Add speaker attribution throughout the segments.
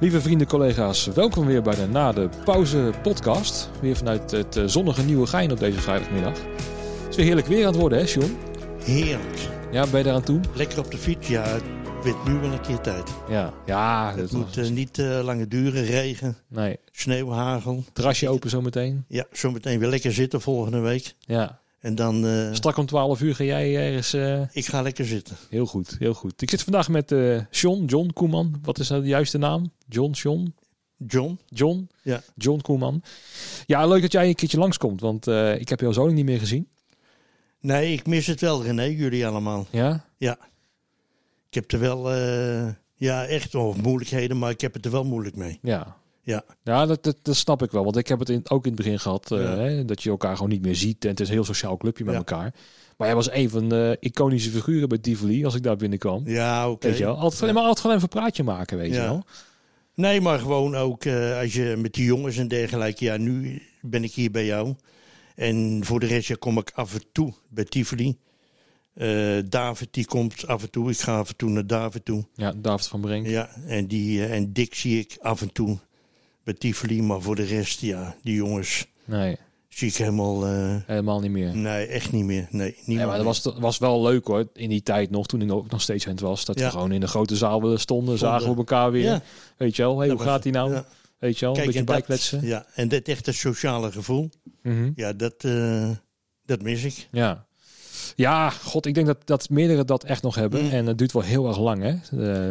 Speaker 1: Lieve vrienden, collega's, welkom weer bij de Na de Pauze podcast. Weer vanuit het eh, zonnige Nieuwe Gein op deze vrijdagmiddag. Het is weer heerlijk weer aan het worden, hè, Sjoen?
Speaker 2: Heerlijk.
Speaker 1: Ja, ben je daar aan toe?
Speaker 2: Lekker op de fiets, ja. Het werd nu wel een keer tijd.
Speaker 1: Ja. Ja, dat eh,
Speaker 2: Het moet eh, niet eh langer duren, regen,
Speaker 1: Nee,
Speaker 2: sneeuw, hagel.
Speaker 1: terrasje open zometeen.
Speaker 2: Ja, zometeen weer lekker zitten volgende week.
Speaker 1: Ja.
Speaker 2: En dan, eh,
Speaker 1: Strak om 12 uur ga jij ergens... eh,
Speaker 2: ik ga lekker zitten.
Speaker 1: Heel goed, heel goed. Ik zit vandaag met eh John, John Koeman. Wat is nou de juiste naam? John, John?
Speaker 2: John,
Speaker 1: John?
Speaker 2: Ja.
Speaker 1: John Koeman. Ja, leuk dat jij een keertje langskomt, want eh, ik heb jou zo lang niet meer gezien.
Speaker 2: nee, ik mis het wel, René, jullie allemaal.
Speaker 1: Ja?
Speaker 2: Ik heb er wel, eh, ja, echt wel moeilijkheden, maar ik heb het er wel moeilijk mee.
Speaker 1: Ja.
Speaker 2: Ja.
Speaker 1: Ja, dat, dat, dat snap ik wel. Want ik heb het in, ook in het begin gehad. eh,
Speaker 2: Ja.
Speaker 1: hè, dat je elkaar gewoon niet meer ziet. En het is een heel sociaal clubje met
Speaker 2: Ja.
Speaker 1: elkaar. Maar jij was een van de iconische figuren bij Tivoli. Als ik daar binnenkwam.
Speaker 2: Ja, oké.
Speaker 1: Weet je wel? Altijd,
Speaker 2: Ja.
Speaker 1: Maar altijd gewoon even een praatje maken, weet je
Speaker 2: Ja.
Speaker 1: wel.
Speaker 2: Nee, maar gewoon ook eh, als je met die jongens en dergelijke. Ja, nu ben ik hier bij jou. En voor de rest ja, kom ik af en toe bij Tivoli. Eh, David die komt af en toe. Ik ga af en toe naar David toe.
Speaker 1: Ja, David van Brink.
Speaker 2: Ja, en, die, eh, en Dick zie ik af en toe bij Tivoli. Maar voor de rest, ja, die jongens
Speaker 1: Nee,
Speaker 2: zie ik helemaal... eh,
Speaker 1: helemaal niet meer.
Speaker 2: nee, echt niet meer. Nee, niemand
Speaker 1: Ja, maar dat
Speaker 2: meer.
Speaker 1: was, dat was wel leuk hoor, in die tijd nog, toen ik ook nog steeds hand was. Dat
Speaker 2: Ja.
Speaker 1: we gewoon in de grote zaal stonden, zagen we elkaar weer.
Speaker 2: Ja,
Speaker 1: Weet je wel, hey,
Speaker 2: dat
Speaker 1: hoe
Speaker 2: was-
Speaker 1: gaat die nou?
Speaker 2: ja.
Speaker 1: Weet je wel, een
Speaker 2: Kijk,
Speaker 1: beetje
Speaker 2: en dat-
Speaker 1: bijkletsen.
Speaker 2: Ja, en dat echte sociale gevoel.
Speaker 1: Mhm.
Speaker 2: Ja, dat, eh, dat mis ik.
Speaker 1: Ja. Ja, god, ik denk dat, dat meerdere dat echt nog hebben.
Speaker 2: Mm.
Speaker 1: En het duurt wel heel erg lang, hè?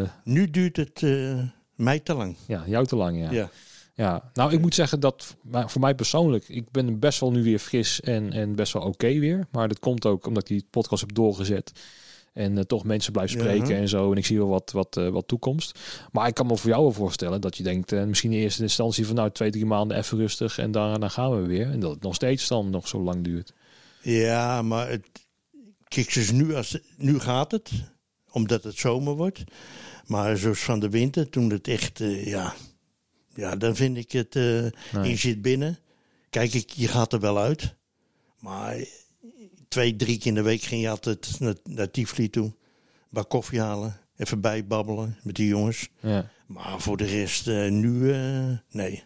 Speaker 1: Eh,
Speaker 2: Nu duurt het eh, mij te lang.
Speaker 1: ja, jou te lang, ja. ja.
Speaker 2: ja.
Speaker 1: Nou, ik moet zeggen dat maar voor mij persoonlijk, ik ben best wel nu weer fris en, en best wel oké weer. Maar dat komt ook omdat ik die podcast heb doorgezet. En eh, toch mensen blijf spreken
Speaker 2: Ja.
Speaker 1: en zo. En ik zie wel wat, wat, eh, wat toekomst. Maar ik kan me voor jou wel voorstellen dat je denkt, eh, misschien in eerste instantie van nou twee, drie maanden even rustig. En daarna gaan we weer. En dat het nog steeds dan nog zo lang duurt.
Speaker 2: Ja, maar het, kijk, dus nu, als, nu gaat het, omdat het zomer wordt. Maar zoals van de winter, toen het echt, eh, ja, ja, dan vind ik het, eh
Speaker 1: Nee.
Speaker 2: je zit binnen. Kijk, ik, je gaat er wel uit. Maar twee, drie keer in de week ging je altijd naar, naar Tivoli toe. Waar koffie halen, even bijbabbelen met die jongens.
Speaker 1: Ja.
Speaker 2: Maar voor de rest, eh, nu, eh, nee.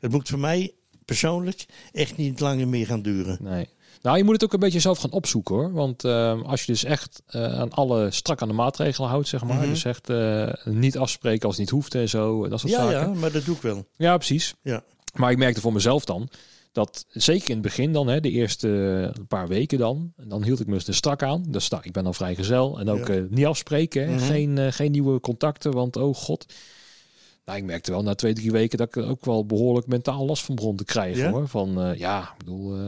Speaker 2: Het moet voor mij persoonlijk echt niet langer meer gaan duren.
Speaker 1: Nee. Nou, je moet het ook een beetje zelf gaan opzoeken hoor. Want ehm, als je dus echt eh, aan alle strak aan de maatregelen houdt, zeg maar.
Speaker 2: Mhm.
Speaker 1: Dus echt eh, niet afspreken als het niet hoeft en zo. en Dat soort
Speaker 2: Ja,
Speaker 1: zaken.
Speaker 2: ja, maar dat doe ik wel.
Speaker 1: Ja, precies.
Speaker 2: Ja.
Speaker 1: Maar ik merkte voor mezelf dan dat zeker in het begin dan, hè, de eerste eh, paar weken dan, dan hield ik me er strak aan. Dus nou, ik ben dan vrijgezel en ook
Speaker 2: Ja.
Speaker 1: eh, niet afspreken, hè.
Speaker 2: Mhm.
Speaker 1: geen, eh, geen nieuwe contacten, want oh god. Nou, ik merkte wel na twee, drie weken dat ik er ook wel behoorlijk mentaal last van begon te krijgen
Speaker 2: Ja?
Speaker 1: hoor. Van eh, ja, ik bedoel, eh,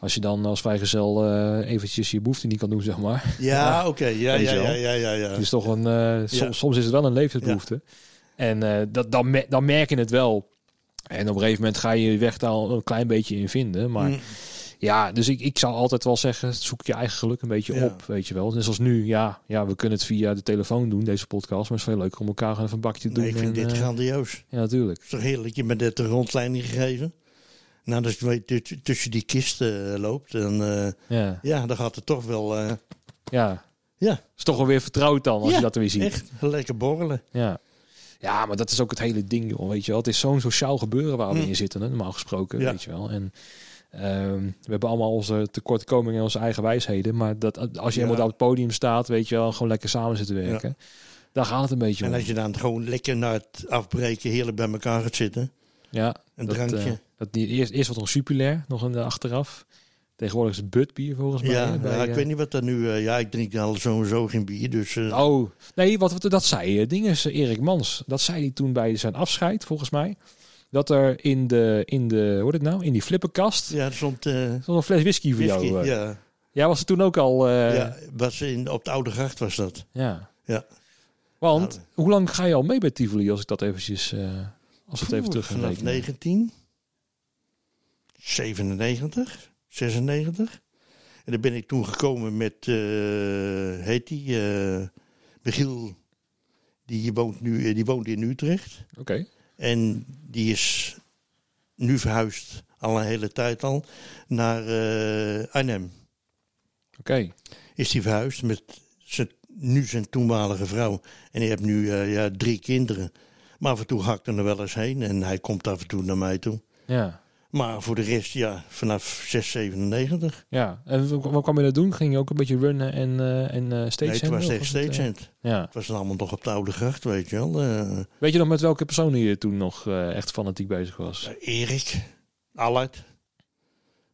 Speaker 1: als je dan als vrijgezel eh, eventjes je behoefte niet kan doen, zeg maar.
Speaker 2: Ja, oké. Ja,
Speaker 1: Weet
Speaker 2: ja,
Speaker 1: je wel.
Speaker 2: ja, ja, ja, ja.
Speaker 1: Het is toch een, eh, soms, soms is het wel een leeftijdsbehoefte. En eh, dat, dan, me- dan merk je het wel. En op een gegeven moment ga je je weg daar al een klein beetje in vinden. Maar
Speaker 2: Mm,
Speaker 1: ja, dus ik, ik zou altijd wel zeggen, zoek je eigen geluk een beetje
Speaker 2: Ja.
Speaker 1: op, weet je wel. Net zoals nu, ja, ja, we kunnen het via de telefoon doen, deze podcast. Maar het is veel leuker om elkaar gewoon even een bakje te doen.
Speaker 2: nee, ik vind
Speaker 1: en,
Speaker 2: dit
Speaker 1: eh,
Speaker 2: grandioos. Het
Speaker 1: ja, natuurlijk.
Speaker 2: is toch heerlijk. Je bent net een rondleiding gegeven. Nou, als je weet tut- tussen die kisten eh, loopt, dan, eh,
Speaker 1: Ja,
Speaker 2: ja, dan gaat het toch wel eh,
Speaker 1: ja.
Speaker 2: Ja.
Speaker 1: Is toch wel weer vertrouwd dan, als
Speaker 2: Ja,
Speaker 1: je dat weer ziet.
Speaker 2: echt lekker borrelen.
Speaker 1: Ja. ja, maar dat is ook het hele ding, joh. Weet je wel, het is zo'n sociaal gebeuren waar we
Speaker 2: Hm.
Speaker 1: in zitten, hè, normaal gesproken,
Speaker 2: Ja.
Speaker 1: weet je wel. En ehm, we hebben allemaal onze tekortkomingen en onze eigen wijsheden. Maar dat, als je
Speaker 2: Ja.
Speaker 1: helemaal daar op het podium staat, weet je wel, en gewoon lekker samen zitten werken. Daar gaat het een beetje om.
Speaker 2: En als je dan gewoon lekker na het afbreken heerlijk bij elkaar gaat zitten.
Speaker 1: Ja,
Speaker 2: Een
Speaker 1: dat,
Speaker 2: drankje.
Speaker 1: eh, dat die, eerst, eerst wat nog supilair, nog een eh, achteraf. Tegenwoordig is het buttbier volgens mij.
Speaker 2: ja,
Speaker 1: hè, bij,
Speaker 2: ja, ik
Speaker 1: eh,
Speaker 2: weet niet wat dat nu... eh, ja, ik drink al sowieso geen bier, dus... eh,
Speaker 1: Oh, nee, wat, wat- dat zei eh, dinges, eh, Erik Mans. Dat zei hij toen bij zijn afscheid, volgens mij. Dat er in de, in de hoe heet het nou, in die flippenkast...
Speaker 2: ja, er stond eh,
Speaker 1: stond een fles whisky voor
Speaker 2: whisky.
Speaker 1: jou. eh.
Speaker 2: ja,
Speaker 1: Jij was er toen ook al... eh, ja.
Speaker 2: ja was in, op de Oude Gracht was dat. Ja.
Speaker 1: Want,
Speaker 2: Nou.
Speaker 1: hoe lang ga je al mee bij Tivoli, als ik dat eventjes... eh, als we het even
Speaker 2: Oeh,
Speaker 1: terug gaan
Speaker 2: Vanaf
Speaker 1: rekenen?
Speaker 2: 19, 97, 96. En daar ben ik toen gekomen met, eh heet die, eh Michiel. Die woont, nu, eh, die woont in Utrecht.
Speaker 1: Oké.
Speaker 2: En die is nu verhuisd, al een hele tijd al, naar eh, Arnhem.
Speaker 1: Oké,
Speaker 2: Is die verhuisd met zijn, nu zijn toenmalige vrouw. En die heeft nu eh, ja, drie kinderen. Maar af en toe hakt er nog wel eens heen en hij komt af en toe naar mij toe.
Speaker 1: Ja.
Speaker 2: Maar voor de rest, ja, vanaf 6,97.
Speaker 1: ja. En w- wat kwam je dat doen? Ging je ook een beetje runnen en, eh en eh
Speaker 2: Nee,
Speaker 1: stage
Speaker 2: het
Speaker 1: handelen,
Speaker 2: was
Speaker 1: of
Speaker 2: echt
Speaker 1: het, eh,
Speaker 2: stagehand.
Speaker 1: ja.
Speaker 2: Het was allemaal nog op de oude gracht, weet je wel. Eh,
Speaker 1: Weet je nog met welke personen je toen nog eh, echt fanatiek bezig was?
Speaker 2: Erik, Allard,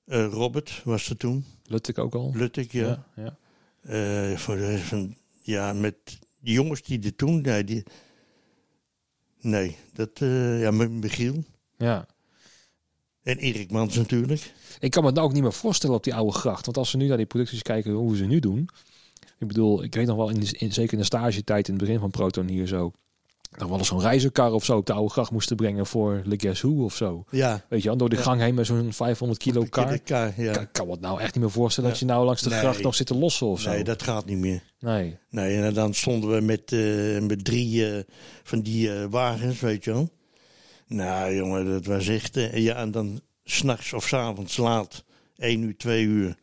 Speaker 2: eh, Robert was er toen,
Speaker 1: Lutte ik ook al?
Speaker 2: Luttig, ja.
Speaker 1: ja. ja.
Speaker 2: Eh, voor de rest van, ja, met die jongens die er toen, nee, die, nee dat, eh, ja, met Michiel
Speaker 1: ja.
Speaker 2: en Erik Mans natuurlijk.
Speaker 1: Ik kan me het nou ook niet meer voorstellen op die oude gracht. Want als we nu naar die producties kijken, hoe ze nu doen. Ik bedoel, ik weet nog wel, in, de- in- zeker in de stagetijd in het begin van Proton hier zo. Nog wel eens zo'n reizenkar of zo op de oude gracht moesten brengen voor Le Guess Who of zo.
Speaker 2: Ja,
Speaker 1: Weet je wel, door de
Speaker 2: Ja.
Speaker 1: gang heen met zo'n 500 kilo kar.
Speaker 2: de
Speaker 1: Ik
Speaker 2: kar, ja.
Speaker 1: kan, kan me het nou echt niet meer voorstellen dat je
Speaker 2: Ja.
Speaker 1: nou langs de
Speaker 2: Nee.
Speaker 1: gracht nog zit te lossen of zo.
Speaker 2: Nee, dat gaat niet meer.
Speaker 1: nee.
Speaker 2: Nee, en dan stonden we met, eh, met drie eh, van die eh, wagens, weet je wel. Nou, jongen, dat was echt... eh, ja, en dan s'nachts of s'avonds laat, één uur, twee uur...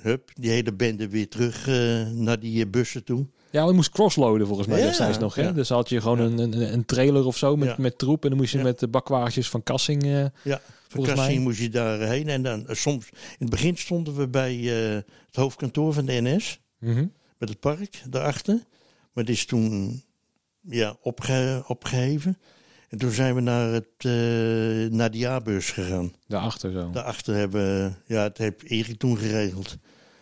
Speaker 2: Hup, die hele bende weer terug eh, naar die eh, bussen toe.
Speaker 1: Ja, want je moest crossloaden volgens mij
Speaker 2: Ja,
Speaker 1: destijds nog. Hè?
Speaker 2: ja.
Speaker 1: Dus had je gewoon
Speaker 2: Ja.
Speaker 1: een, een, een trailer of zo met,
Speaker 2: Ja.
Speaker 1: met troep. En dan moest je
Speaker 2: Ja.
Speaker 1: met de bakwaardjes van Kassing... eh, Volgens
Speaker 2: Vakantie
Speaker 1: mij-
Speaker 2: moest je daarheen. En dan eh, soms... In het begin stonden we bij eh, het hoofdkantoor van de NS.
Speaker 1: mhm.
Speaker 2: Met het park daarachter. Maar het is toen ja, opge- opgeheven. En toen zijn we naar, het, eh, naar de jaarbeurs gegaan.
Speaker 1: Daarachter zo.
Speaker 2: Daarachter hebben, ja, het heeft Erik toen geregeld.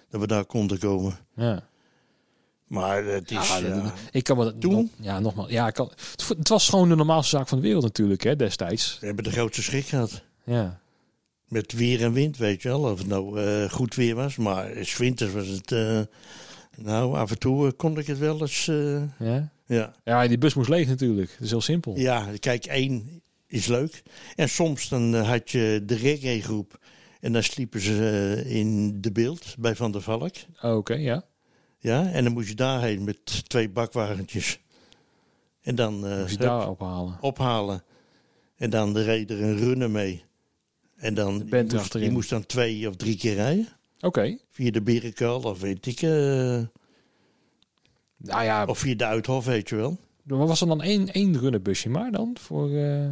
Speaker 2: Dat we daar konden komen.
Speaker 1: ja.
Speaker 2: Maar het is,
Speaker 1: Ja,
Speaker 2: ja,
Speaker 1: Ah, dat- Ik kan me dat
Speaker 2: Toen?
Speaker 1: nog- ja, nogmaals. Ja, ik kan, het, vo- het was gewoon de normaalste zaak van de wereld natuurlijk, hè, destijds.
Speaker 2: we hebben de grootste schrik gehad.
Speaker 1: Ja.
Speaker 2: Met weer en wind, weet je wel. Of het nou eh, goed weer was. Maar zwinters was het... eh, nou, af en toe eh, kon ik het wel eens... eh,
Speaker 1: Ja.
Speaker 2: ja.
Speaker 1: ja, die bus moest leeg natuurlijk. Dat is heel simpel.
Speaker 2: ja, kijk, één is leuk. En soms dan eh, had je de reggae groep. En dan sliepen ze eh, in de beeld bij Van der Valk.
Speaker 1: Oh, Oké, ja.
Speaker 2: Ja, en dan moest je daarheen met twee bakwagentjes. En dan eh,
Speaker 1: Moest je
Speaker 2: hup,
Speaker 1: daar ophalen.
Speaker 2: ophalen. En dan reed er een runner mee. En dan
Speaker 1: band
Speaker 2: die moest,
Speaker 1: erachterin.
Speaker 2: die moest dan twee of drie keer rijden.
Speaker 1: Oké.
Speaker 2: Via de Berenkuil of weet ik. eh,
Speaker 1: Nou ja,
Speaker 2: of via de Uithof, weet je wel.
Speaker 1: maar was er dan één, één runnerbusje maar dan? Voor, eh,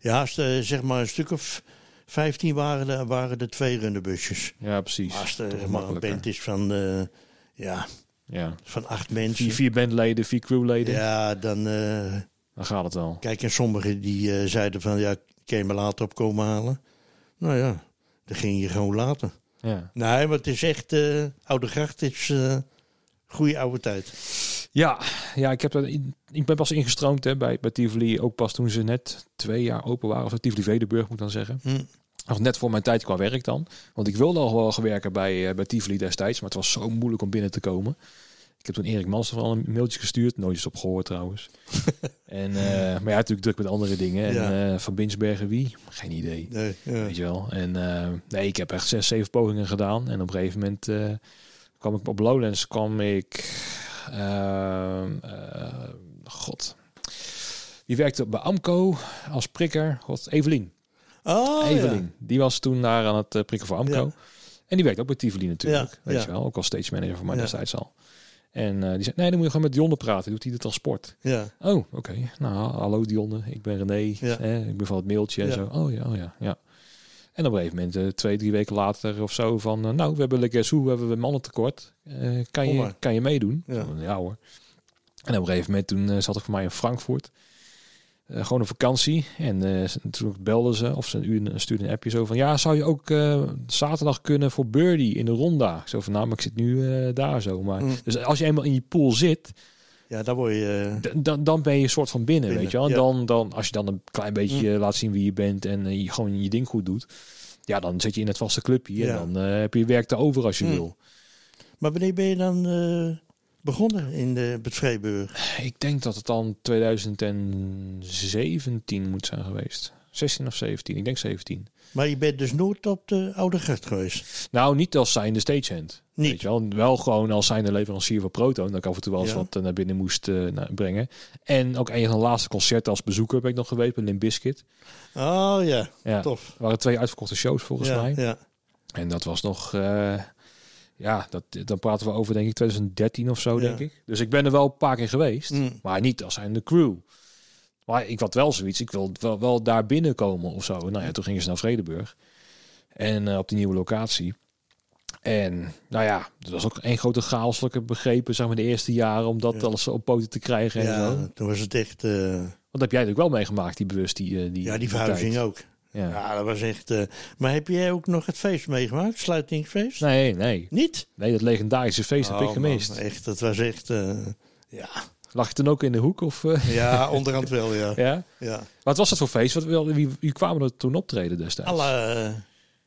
Speaker 2: Ja, als er, zeg maar een stuk of vijftien waren er, waren er twee runnerbusjes.
Speaker 1: Ja, precies.
Speaker 2: Maar Als
Speaker 1: Toch
Speaker 2: er maar een
Speaker 1: makkelijker.
Speaker 2: band is van, eh, ja,
Speaker 1: Ja.
Speaker 2: van acht
Speaker 1: Vier,
Speaker 2: mensen.
Speaker 1: vier bandleden, vier crewleden.
Speaker 2: dus Ja, dan... eh,
Speaker 1: Dan gaat het al.
Speaker 2: Kijk, en sommigen die eh, zeiden van ja, kan je me later op komen halen? Nou ja, dan ging je gewoon later.
Speaker 1: Ja.
Speaker 2: Nee, maar het is echt, eh, Oude Gracht is eh goede oude tijd.
Speaker 1: Ja, ja ik, heb dat in- ik ben pas ingestroomd hè, bij, bij Tivoli. Ook pas toen ze net twee jaar open waren. Of Tivoli Vedenburg moet ik dan zeggen.
Speaker 2: Hm.
Speaker 1: Nog net voor mijn tijd qua werk dan. Want ik wilde al wel gaan werken bij, eh, bij Tivoli destijds. Maar het was zo moeilijk om binnen te komen. Ik heb toen Erik Mans al een mailtje gestuurd. Nooit eens op gehoord trouwens. en, eh, maar ja, natuurlijk druk met andere dingen. En,
Speaker 2: Ja.
Speaker 1: eh, van Binsbergen wie? Geen idee.
Speaker 2: Nee, ja.
Speaker 1: Weet je wel. En eh, nee, ik heb echt zes, zeven pogingen gedaan. En op een gegeven moment eh, kwam ik op Lowlands. kwam ik... ehm, eh, God. Die werkte bij Amco als prikker. God, Evelien.
Speaker 2: Oh,
Speaker 1: Evelien. Die was toen daar aan het eh, prikken voor Amco.
Speaker 2: Ja.
Speaker 1: En die werkt ook bij Tivoli natuurlijk.
Speaker 2: Ja,
Speaker 1: Weet
Speaker 2: ja.
Speaker 1: je wel, ook al stage manager voor mij
Speaker 2: Ja.
Speaker 1: destijds al. En eh, die zei, nee, dan moet je gewoon met Dionne praten. Doet hij de transport?
Speaker 2: Ja, ja.
Speaker 1: Oh, oké. Nou, hallo Dionne. Ik ben René.
Speaker 2: Ja.
Speaker 1: Eh, ik ben van het mailtje en
Speaker 2: Ja.
Speaker 1: zo. Oh ja, oh ja, ja. En op een gegeven moment, eh, twee, drie weken later of zo, van... eh, nou, we hebben lekker zo, we hebben een mannentekort. Eh, kan,
Speaker 2: Kom
Speaker 1: je,
Speaker 2: maar.
Speaker 1: kan je meedoen?
Speaker 2: Ja.
Speaker 1: Ja. ja hoor. En op een gegeven moment, toen eh, zat ik voor mij in Frankfurt. Eh, gewoon een vakantie. En eh, ze- toen belden ze, of ze een uur, stuurde een appje zo van... Ja, zou je ook eh, zaterdag kunnen voor birdie in de ronda? Ik Zo van, nou, maar ik zit nu eh, daar zo. Maar,
Speaker 2: Mm.
Speaker 1: Dus als je eenmaal in die pool zit...
Speaker 2: ja daar word je... eh,
Speaker 1: D- dan, dan ben je een soort van binnen,
Speaker 2: Binnen,
Speaker 1: weet je wel. En
Speaker 2: ja.
Speaker 1: dan,
Speaker 2: Mm.
Speaker 1: dan, als je dan een klein beetje eh, laat zien wie je bent en eh, je gewoon je ding goed doet. Ja, dan zit je in het vaste clubje
Speaker 2: Ja.
Speaker 1: en dan eh, heb je werk te over als je
Speaker 2: Mm.
Speaker 1: wil.
Speaker 2: Maar wanneer ben je dan eh, begonnen in de, met Vreeburg?
Speaker 1: Ik denk dat het dan 2017 moet zijn geweest. 16 of 17, ik denk 17.
Speaker 2: Maar je bent dus nooit op de Oude Gracht geweest?
Speaker 1: Nou, niet als zijnde stagehand.
Speaker 2: Niet.
Speaker 1: Weet je wel. wel gewoon als zijnde leverancier van Proton. Dat ik af en toe wel eens
Speaker 2: Ja.
Speaker 1: wat eh, naar binnen moest eh, na- brengen. En ook een van de laatste concerten als bezoeker ben ik nog geweest bij Limp Bizkit.
Speaker 2: Oh ja,
Speaker 1: Ja.
Speaker 2: tof.
Speaker 1: Er waren twee uitverkochte shows volgens
Speaker 2: ja,
Speaker 1: mij.
Speaker 2: Ja.
Speaker 1: En dat was nog, eh, ja, dat, dan praten we over denk ik 2013 of zo,
Speaker 2: Ja.
Speaker 1: denk ik. Dus ik ben er wel een paar keer geweest,
Speaker 2: Mm.
Speaker 1: maar niet als zijn de crew. Maar ik had wel zoiets, ik wil wel, wel daar binnenkomen of zo. Nou ja, toen gingen ze naar Vredeburg. En eh, op die nieuwe locatie. En nou ja, dat was ook een grote chaos, wat ik heb begrepen, zeg maar de eerste jaren, om dat
Speaker 2: Ja.
Speaker 1: alles op poten te krijgen. En zo.
Speaker 2: Ja, toen was het echt... eh,
Speaker 1: Want heb jij natuurlijk wel meegemaakt, die bewust die, eh, die
Speaker 2: ja, die
Speaker 1: tijd.
Speaker 2: verhuizing ook.
Speaker 1: Ja.
Speaker 2: Ja, dat was echt... eh, maar heb jij ook nog het feest meegemaakt? Sluitingsfeest?
Speaker 1: Nee, nee.
Speaker 2: Niet?
Speaker 1: Nee, dat legendarische feest heb
Speaker 2: Oh,
Speaker 1: ik gemist.
Speaker 2: man, echt, dat was echt... eh, ja.
Speaker 1: Lag je toen ook in de hoek? Of, eh,
Speaker 2: ja, onderhand wel, ja.
Speaker 1: ja?
Speaker 2: ja.
Speaker 1: Wat was dat voor feest? Wat, wel- wie, wie kwamen er toen optreden destijds?
Speaker 2: Alle, eh,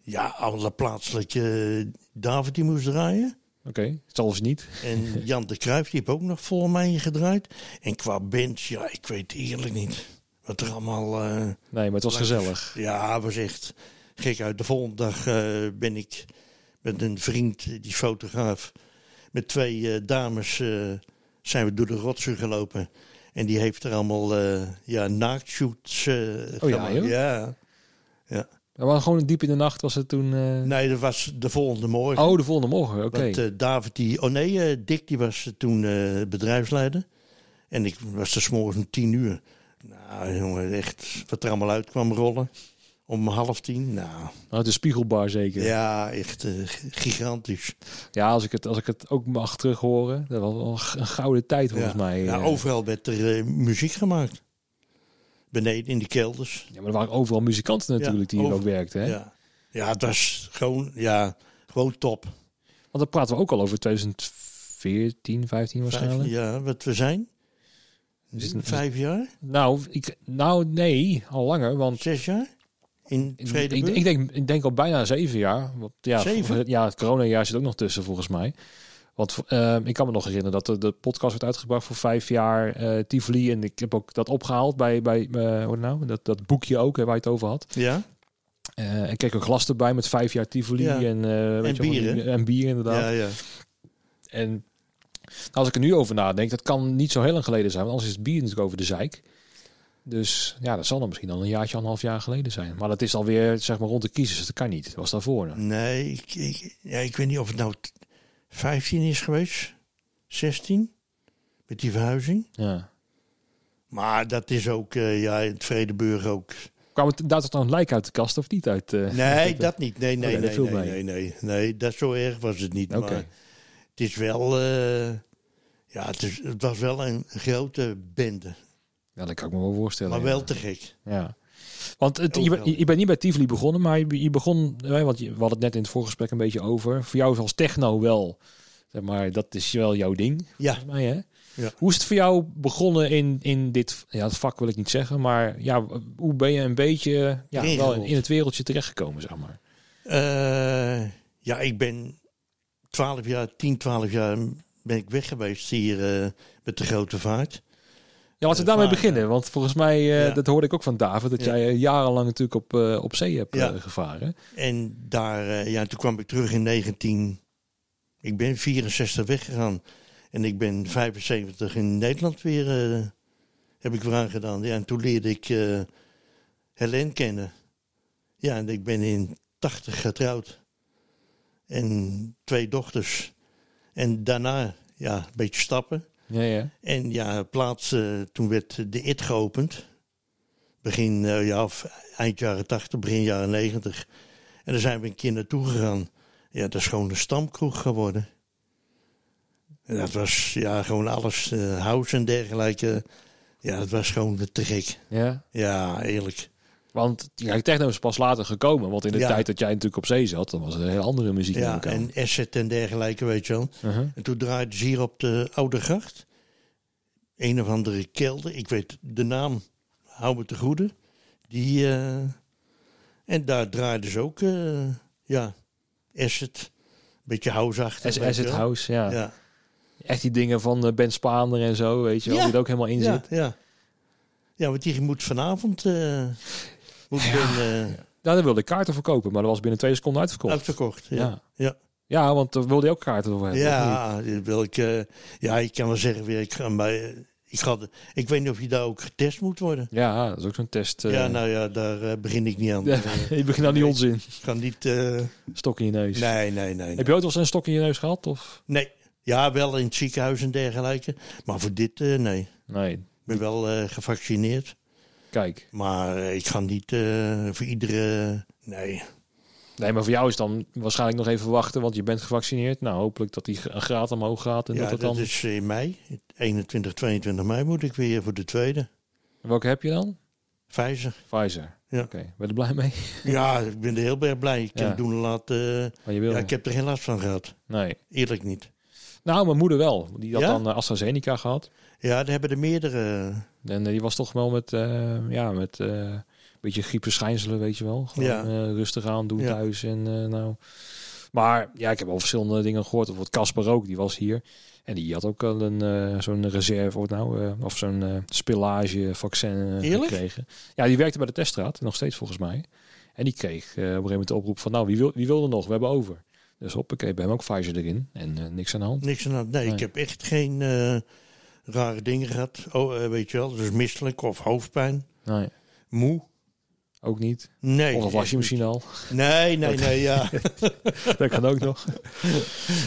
Speaker 2: ja, alle plaatselijke eh, David die moest draaien.
Speaker 1: Oké, zelfs niet.
Speaker 2: En Jan de Kruijf, die heeft ook nog voor mij gedraaid. En qua bands, ja, ik weet eerlijk niet. Wat er allemaal... eh,
Speaker 1: Nee, maar het was
Speaker 2: Lekker.
Speaker 1: gezellig.
Speaker 2: Ja, het was echt gek uit. De volgende dag eh, ben ik met een vriend, eh, die fotograaf, met twee eh, dames eh, zijn we door de rotsen gelopen. En die heeft er allemaal eh ja, naaktshoots eh, gedaan.
Speaker 1: Oh joh?
Speaker 2: ja.
Speaker 1: Maar gewoon diep in de nacht was het toen. eh,
Speaker 2: Nee, dat was de volgende morgen.
Speaker 1: Oh, de volgende morgen. Oké.
Speaker 2: Want eh, David, die, oh nee, eh, Dick die was toen eh, bedrijfsleider. En ik was er s'morgens om tien uur. Nou jongen, echt wat er allemaal uit kwam rollen. Om half tien, nou...
Speaker 1: Uit de spiegelbar zeker. Ja,
Speaker 2: Ja, echt eh, g- gigantisch.
Speaker 1: als, ik het, als ik het ook mag terughoren. Dat was wel een g- een gouden tijd volgens
Speaker 2: ja.
Speaker 1: mij.
Speaker 2: Ja,
Speaker 1: eh.
Speaker 2: overal werd er eh, muziek gemaakt. Beneden in de kelders.
Speaker 1: Ja, maar er waren overal muzikanten natuurlijk die hier
Speaker 2: over-
Speaker 1: ook werkten. Hè?
Speaker 2: Ja. ja, het was gewoon, ja, gewoon top.
Speaker 1: Want dan praten we ook al over 2014, 15 waarschijnlijk.
Speaker 2: Vijf jaar, wat we zijn.
Speaker 1: Is het een-
Speaker 2: Vijf jaar?
Speaker 1: Nou, ik, nou, nee, al langer. Want
Speaker 2: Zes jaar? In
Speaker 1: ik, ik,
Speaker 2: Vredeburg?
Speaker 1: ik denk, ik denk al bijna zeven jaar. Want Ja,
Speaker 2: Zeven?
Speaker 1: Ja, het coronajaar zit ook nog tussen volgens mij. Want eh, ik kan me nog herinneren dat de, de podcast werd uitgebracht voor vijf jaar eh, Tivoli. En ik heb ook dat opgehaald bij, bij eh, hoe nou, dat, dat boekje ook hè, waar je het over had.
Speaker 2: Ja?
Speaker 1: Eh, en kreeg ook glas erbij met vijf jaar Tivoli.
Speaker 2: Ja.
Speaker 1: En, eh, weet je wel,
Speaker 2: bier,
Speaker 1: die- en bier inderdaad.
Speaker 2: Ja, ja.
Speaker 1: En nou, als ik er nu over nadenk, dat kan niet zo heel lang geleden zijn. Want anders is het bier natuurlijk over de zeik. Dus ja, dat zal dan misschien al een jaartje, anderhalf jaar geleden zijn. Maar dat is alweer zeg maar rond de kiezers. Dat kan niet. Dat was daarvoor. nog.
Speaker 2: Nee, ik, ik, ja, ik weet niet of het nou t- 15 is geweest. 16? Met die verhuizing.
Speaker 1: Ja.
Speaker 2: Maar dat is ook, eh, ja, in het Vredeburg ook.
Speaker 1: Kwam het daar tot dan een lijk uit de kast of niet? Uit, eh,
Speaker 2: Nee, dat niet. Nee,
Speaker 1: Oké,
Speaker 2: nee,
Speaker 1: Oh, dat
Speaker 2: nee,
Speaker 1: viel
Speaker 2: nee,
Speaker 1: mee.
Speaker 2: nee, nee, nee. Dat zo erg was het niet.
Speaker 1: Oké.
Speaker 2: Maar het is wel... eh, ja, het, is, het was wel een grote bende.
Speaker 1: Ja, dat kan ik me wel voorstellen.
Speaker 2: Maar
Speaker 1: ja.
Speaker 2: wel Oh, te gek.
Speaker 1: Ja. Want het, je, bent- je, je bent niet bij Tivoli begonnen, maar je, je begon, hè, want je, we hadden het net in het voorgesprek een beetje over. Voor jou is als techno wel, zeg maar, dat is wel jouw ding.
Speaker 2: Ja,
Speaker 1: Volgens mij, hè?
Speaker 2: Ja.
Speaker 1: Hoe is het voor jou begonnen in, in dit, ja, het vak wil ik niet zeggen, maar ja, hoe ben je een beetje ja,
Speaker 2: Erin
Speaker 1: wel in,
Speaker 2: gerold.
Speaker 1: het wereldje terechtgekomen, zeg maar?
Speaker 2: Eh, ja ik ben 12 jaar, 10, 12 jaar ben ik weg geweest hier eh, met de grote vaart.
Speaker 1: Ja, laten we
Speaker 2: Eh,
Speaker 1: daarmee
Speaker 2: vaak,
Speaker 1: beginnen,
Speaker 2: ja.
Speaker 1: want volgens mij, eh,
Speaker 2: Ja.
Speaker 1: dat hoorde ik ook van David, dat
Speaker 2: Ja.
Speaker 1: jij eh, jarenlang natuurlijk op, eh, op zee hebt
Speaker 2: Ja.
Speaker 1: eh, gevaren.
Speaker 2: En daar, eh, ja, toen kwam ik terug in 19... Ik ben 64 weggegaan. En ik ben 75 in Nederland weer... eh, heb ik weer aangedaan. Ja, en toen leerde ik eh Helene kennen. Ja, en ik ben in 80 getrouwd. En twee dochters. En daarna, ja, een beetje stappen.
Speaker 1: Ja, ja.
Speaker 2: En ja, plaats, eh, toen werd de IT geopend. Begin, eh, ja, of eind jaren 80, begin jaren 90. En daar zijn we een keer naartoe gegaan. Ja, dat is gewoon een stamkroeg geworden. En dat was, ja, gewoon alles, eh house en dergelijke. Ja, dat was gewoon te gek.
Speaker 1: ja.
Speaker 2: Ja, eerlijk.
Speaker 1: Want ja, techno is pas later gekomen, want in de
Speaker 2: Ja.
Speaker 1: tijd dat jij natuurlijk op zee zat, dan was er een heel andere muziek in
Speaker 2: Ja,
Speaker 1: elkaar.
Speaker 2: en asset en dergelijke, weet je wel.
Speaker 1: Uh-huh.
Speaker 2: En toen draaiden ze hier op de Oude Gracht. Een of andere kelder. Ik weet de naam. Hou me te goede. Die, eh, en daar draaiden ze ook. eh ja, Asset. Beetje houseachtig.
Speaker 1: As-
Speaker 2: weet je
Speaker 1: Acid
Speaker 2: wel.
Speaker 1: House, ja.
Speaker 2: Ja,
Speaker 1: Echt die dingen van eh, Ben Spaander en zo, weet je wel,
Speaker 2: Ja.
Speaker 1: die er ook helemaal in
Speaker 2: ja,
Speaker 1: zit.
Speaker 2: ja. Ja, want die moet vanavond... eh moet ben, eh,
Speaker 1: Nou, daar wilde ik kaarten verkopen, maar dat was binnen twee seconden uitverkocht.
Speaker 2: uitverkocht.
Speaker 1: Ja.
Speaker 2: Ja. Ja.
Speaker 1: Ja, want daar wilde je ook kaarten voor hebben. of niet?
Speaker 2: Ja, wil ik, eh, ja, ik kan wel zeggen, weer, ik, ga bij, ik, ga, de- ik weet niet of je daar ook getest moet worden.
Speaker 1: ja, dat is ook zo'n test. eh.
Speaker 2: Ja, nou ja, daar eh, begin ik niet aan.
Speaker 1: Ja, je begint aan die onzin.
Speaker 2: Ik kan niet. eh,
Speaker 1: Stok in je neus.
Speaker 2: nee, nee, nee.
Speaker 1: Heb
Speaker 2: Nee.
Speaker 1: je ooit wel eens een stok in je neus gehad? Of?
Speaker 2: Nee. Ja, wel in het ziekenhuis en dergelijke. Maar voor dit, eh, nee.
Speaker 1: Nee.
Speaker 2: Ik ben wel eh, gevaccineerd.
Speaker 1: Kijk.
Speaker 2: Maar eh, ik ga niet eh, voor iedere... Nee,
Speaker 1: Nee, maar voor jou is dan waarschijnlijk nog even wachten, want je bent gevaccineerd. Nou, hopelijk dat die een graad omhoog gaat. En
Speaker 2: ja,
Speaker 1: dat
Speaker 2: dat,
Speaker 1: het dan...
Speaker 2: is in mei. 21, 22 mei moet ik weer voor de tweede.
Speaker 1: Welke heb je dan?
Speaker 2: Vijzer.
Speaker 1: Pfizer.
Speaker 2: Ja.
Speaker 1: Oké, ben je er blij mee?
Speaker 2: Ja, ik ben er heel erg blij. Ik
Speaker 1: Ja.
Speaker 2: heb doen laten...
Speaker 1: Maar je wil...
Speaker 2: Ja, ik heb er geen last van gehad.
Speaker 1: Nee.
Speaker 2: Eerlijk niet.
Speaker 1: Nou, mijn moeder wel. Die had
Speaker 2: Ja?
Speaker 1: dan eh, AstraZeneca gehad.
Speaker 2: Ja, er hebben er meerdere...
Speaker 1: En eh, die was toch wel met, eh, ja, met eh, een beetje griepenschijnselen, weet je wel. Gewoon
Speaker 2: Ja.
Speaker 1: eh, rustig aan, doen
Speaker 2: Ja.
Speaker 1: thuis en eh, nou... Maar ja, ik heb al verschillende dingen gehoord. Bijvoorbeeld Casper ook, die was hier. En die had ook al een, eh, zo'n reserve of, nou, eh, of zo'n eh spillage vaccin eh,
Speaker 2: Eerlijk?
Speaker 1: gekregen. Ja, die werkte bij de teststraat, nog steeds volgens mij. En die kreeg eh, op een gegeven moment de oproep van, nou, wie wil, wie wil er nog? We hebben over. Dus hoppakee, bij hem ook Pfizer erin. En eh, niks aan de hand.
Speaker 2: Niks aan de hand. Nee,
Speaker 1: Nee.
Speaker 2: ik heb echt geen eh, rare dingen gehad. Oh, eh, weet je wel, dus misselijk of hoofdpijn.
Speaker 1: Nee,
Speaker 2: Moe.
Speaker 1: ook niet.
Speaker 2: Nee.
Speaker 1: Of was je
Speaker 2: echt
Speaker 1: misschien al.
Speaker 2: niet. Nee, nee, nee, ja.
Speaker 1: Dat kan ook nog.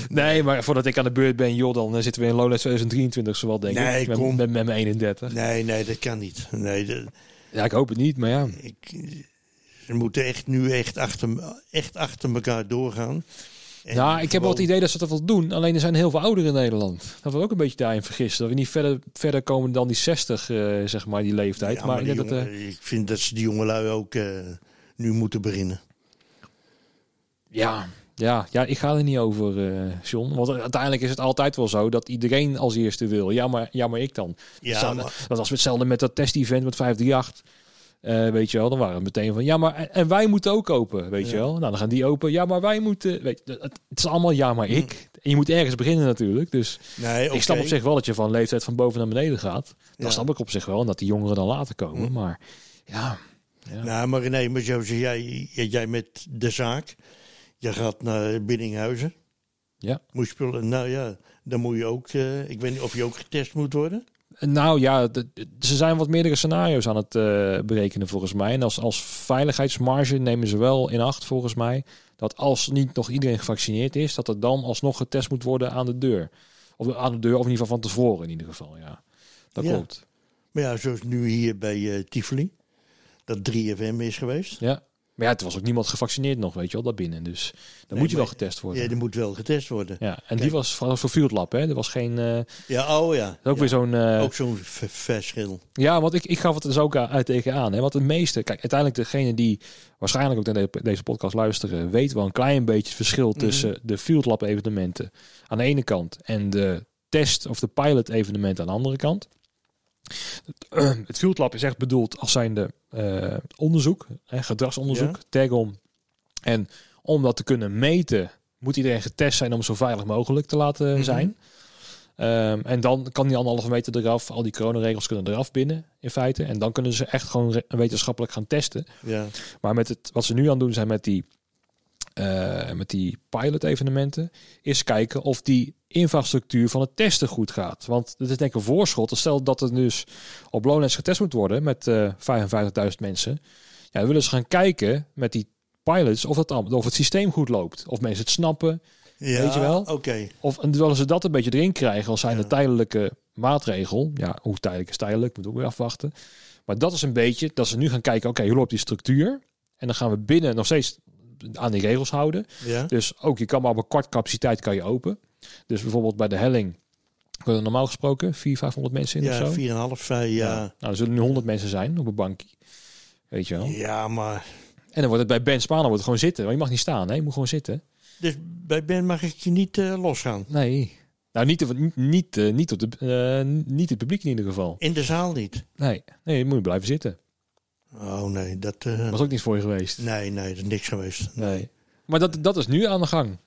Speaker 1: Nee, maar voordat ik aan de beurt ben, joh, dan eh, zitten we in Lowlands 2023 zowel, denk
Speaker 2: Nee,
Speaker 1: ik. Met,
Speaker 2: kom.
Speaker 1: met, met mijn 31.
Speaker 2: Nee, nee, dat kan niet. Nee, dat,
Speaker 1: Ja, ik hoop het niet, maar ja.
Speaker 2: ik, ze moeten echt nu echt achter, me- echt achter elkaar doorgaan. En
Speaker 1: nou, ik heb wel het
Speaker 2: gewoon-
Speaker 1: idee dat ze dat wel doen. Alleen er zijn heel veel ouderen in Nederland. Dat we ook een beetje daarin vergissen. Dat we niet verder, verder komen dan die 60, eh, zeg maar, die leeftijd.
Speaker 2: Ja,
Speaker 1: maar ik
Speaker 2: die
Speaker 1: denk dat... eh,
Speaker 2: jongen- ik vind dat ze die jongelui ook eh, nu moeten beginnen.
Speaker 1: eh, ja, ja, ja, ik ga er niet over, eh, John. Want uiteindelijk is het altijd wel zo dat iedereen als eerste wil. Ja, maar, ja, maar ik dan.
Speaker 2: Ja,
Speaker 1: Hetzelfde-
Speaker 2: maar,
Speaker 1: Dat was hetzelfde met dat test-event met 538. Eh weet je wel, dan waren we meteen van ja, maar en, en wij moeten ook open, weet je
Speaker 2: Ja.
Speaker 1: wel. Nou, dan gaan die open. Ja, maar wij moeten. Weet je, het, het is allemaal ja, maar ik. En je moet ergens beginnen natuurlijk. Dus
Speaker 2: nee, Hmm. oké.
Speaker 1: ik snap op zich wel dat je van leeftijd van boven naar beneden gaat. Dat
Speaker 2: Ja.
Speaker 1: snap ik op zich wel. En dat die jongeren dan later komen.
Speaker 2: Hm.
Speaker 1: Maar ja,
Speaker 2: Nou, maar René, maar zo zeg jij, jij met de zaak. Je gaat naar Biddinghuizen.
Speaker 1: Ja.
Speaker 2: Moet je spullen. Nou ja, dan moet je ook. eh, ik weet niet of je ook getest moet worden.
Speaker 1: nou ja, de- de- ze zijn wat meerdere scenario's aan het eh, berekenen volgens mij. En als, als veiligheidsmarge nemen ze wel in acht volgens mij dat als niet nog iedereen gevaccineerd is, dat er dan alsnog getest moet worden aan de deur. Of aan de deur, of in ieder geval van tevoren in ieder geval, ja. Dat
Speaker 2: Ja.
Speaker 1: klopt.
Speaker 2: Maar ja, zoals nu hier bij eh Tivoli. Dat 3FM is geweest.
Speaker 1: Ja. Maar ja, er was ook niemand gevaccineerd nog, weet je wel, daarbinnen. Dus dan
Speaker 2: Nee,
Speaker 1: moet je wel
Speaker 2: maar-
Speaker 1: getest worden.
Speaker 2: Ja,
Speaker 1: Ja,
Speaker 2: die moet wel getest worden.
Speaker 1: en die was voor voor Field Lab, hè. Er was geen... eh, dat
Speaker 2: Ja, oh ja.
Speaker 1: is ook
Speaker 2: ja.
Speaker 1: weer zo'n... eh,
Speaker 2: Ook zo'n v- verschil.
Speaker 1: Ja, want ik, ik gaf het dus ook uit tegenaan. Hè? Want de meeste, kijk, uiteindelijk degene die waarschijnlijk ook naar de- deze podcast luisteren, weet wel een klein beetje het verschil tussen de field lab evenementen aan de ene kant en de test of de pilot evenementen aan de andere kant. Het field lab is echt bedoeld als zijnde eh onderzoek, hè, gedragsonderzoek, tagom. En om dat te kunnen meten, moet iedereen getest zijn om zo veilig mogelijk te laten
Speaker 2: Mhm.
Speaker 1: zijn. Ehm, en dan kan die anderhalve meter eraf, al die coronaregels kunnen eraf binnen in feite. En dan kunnen ze echt gewoon re- wetenschappelijk gaan testen.
Speaker 2: Ja.
Speaker 1: Maar met het, wat ze nu aan het doen zijn met die, eh, met die pilot evenementen, is kijken of die infrastructuur van het testen goed gaat. Want dat is denk ik een voorschot. Stel dat er dus op Lowlands getest moet worden met eh 55.000 mensen. Ja, dan willen ze gaan kijken met die pilots of, dat, allemaal- of het systeem goed loopt. Of mensen het snappen.
Speaker 2: ja.
Speaker 1: Weet je wel?
Speaker 2: Oké.
Speaker 1: Of en terwijl ze dat een beetje erin krijgen als zijn
Speaker 2: Ja.
Speaker 1: een tijdelijke maatregel. Ja, hoe tijdelijk is tijdelijk, moet ook weer afwachten. Maar dat is een beetje dat ze nu gaan kijken, oké, hoe loopt die structuur? En dan gaan we binnen nog steeds aan die regels houden.
Speaker 2: Ja.
Speaker 1: Dus ook, je kan maar op een kwart capaciteit kan je open. Dus bijvoorbeeld bij de helling kunnen er normaal gesproken 400, 500 mensen in of
Speaker 2: Ja,
Speaker 1: zo.
Speaker 2: 4,5, 5, ja.
Speaker 1: Nou, er zullen nu 100 mensen zijn op een bankje. Weet je wel.
Speaker 2: Ja, maar.
Speaker 1: En dan wordt het bij Ben Spano wordt het gewoon zitten. Want je mag niet staan, hè? je moet gewoon zitten.
Speaker 2: Dus bij Ben mag ik je niet eh, losgaan.
Speaker 1: Nee. Nou, niet, de- niet, niet, eh, niet, op de, eh, niet het publiek in ieder geval.
Speaker 2: In de zaal niet.
Speaker 1: Nee, nee, je moet je blijven zitten.
Speaker 2: Oh nee, dat. eh,
Speaker 1: Was ook niks voor je geweest.
Speaker 2: Nee, nee, dat is niks geweest.
Speaker 1: Nee. Maar dat, dat is nu aan de gang.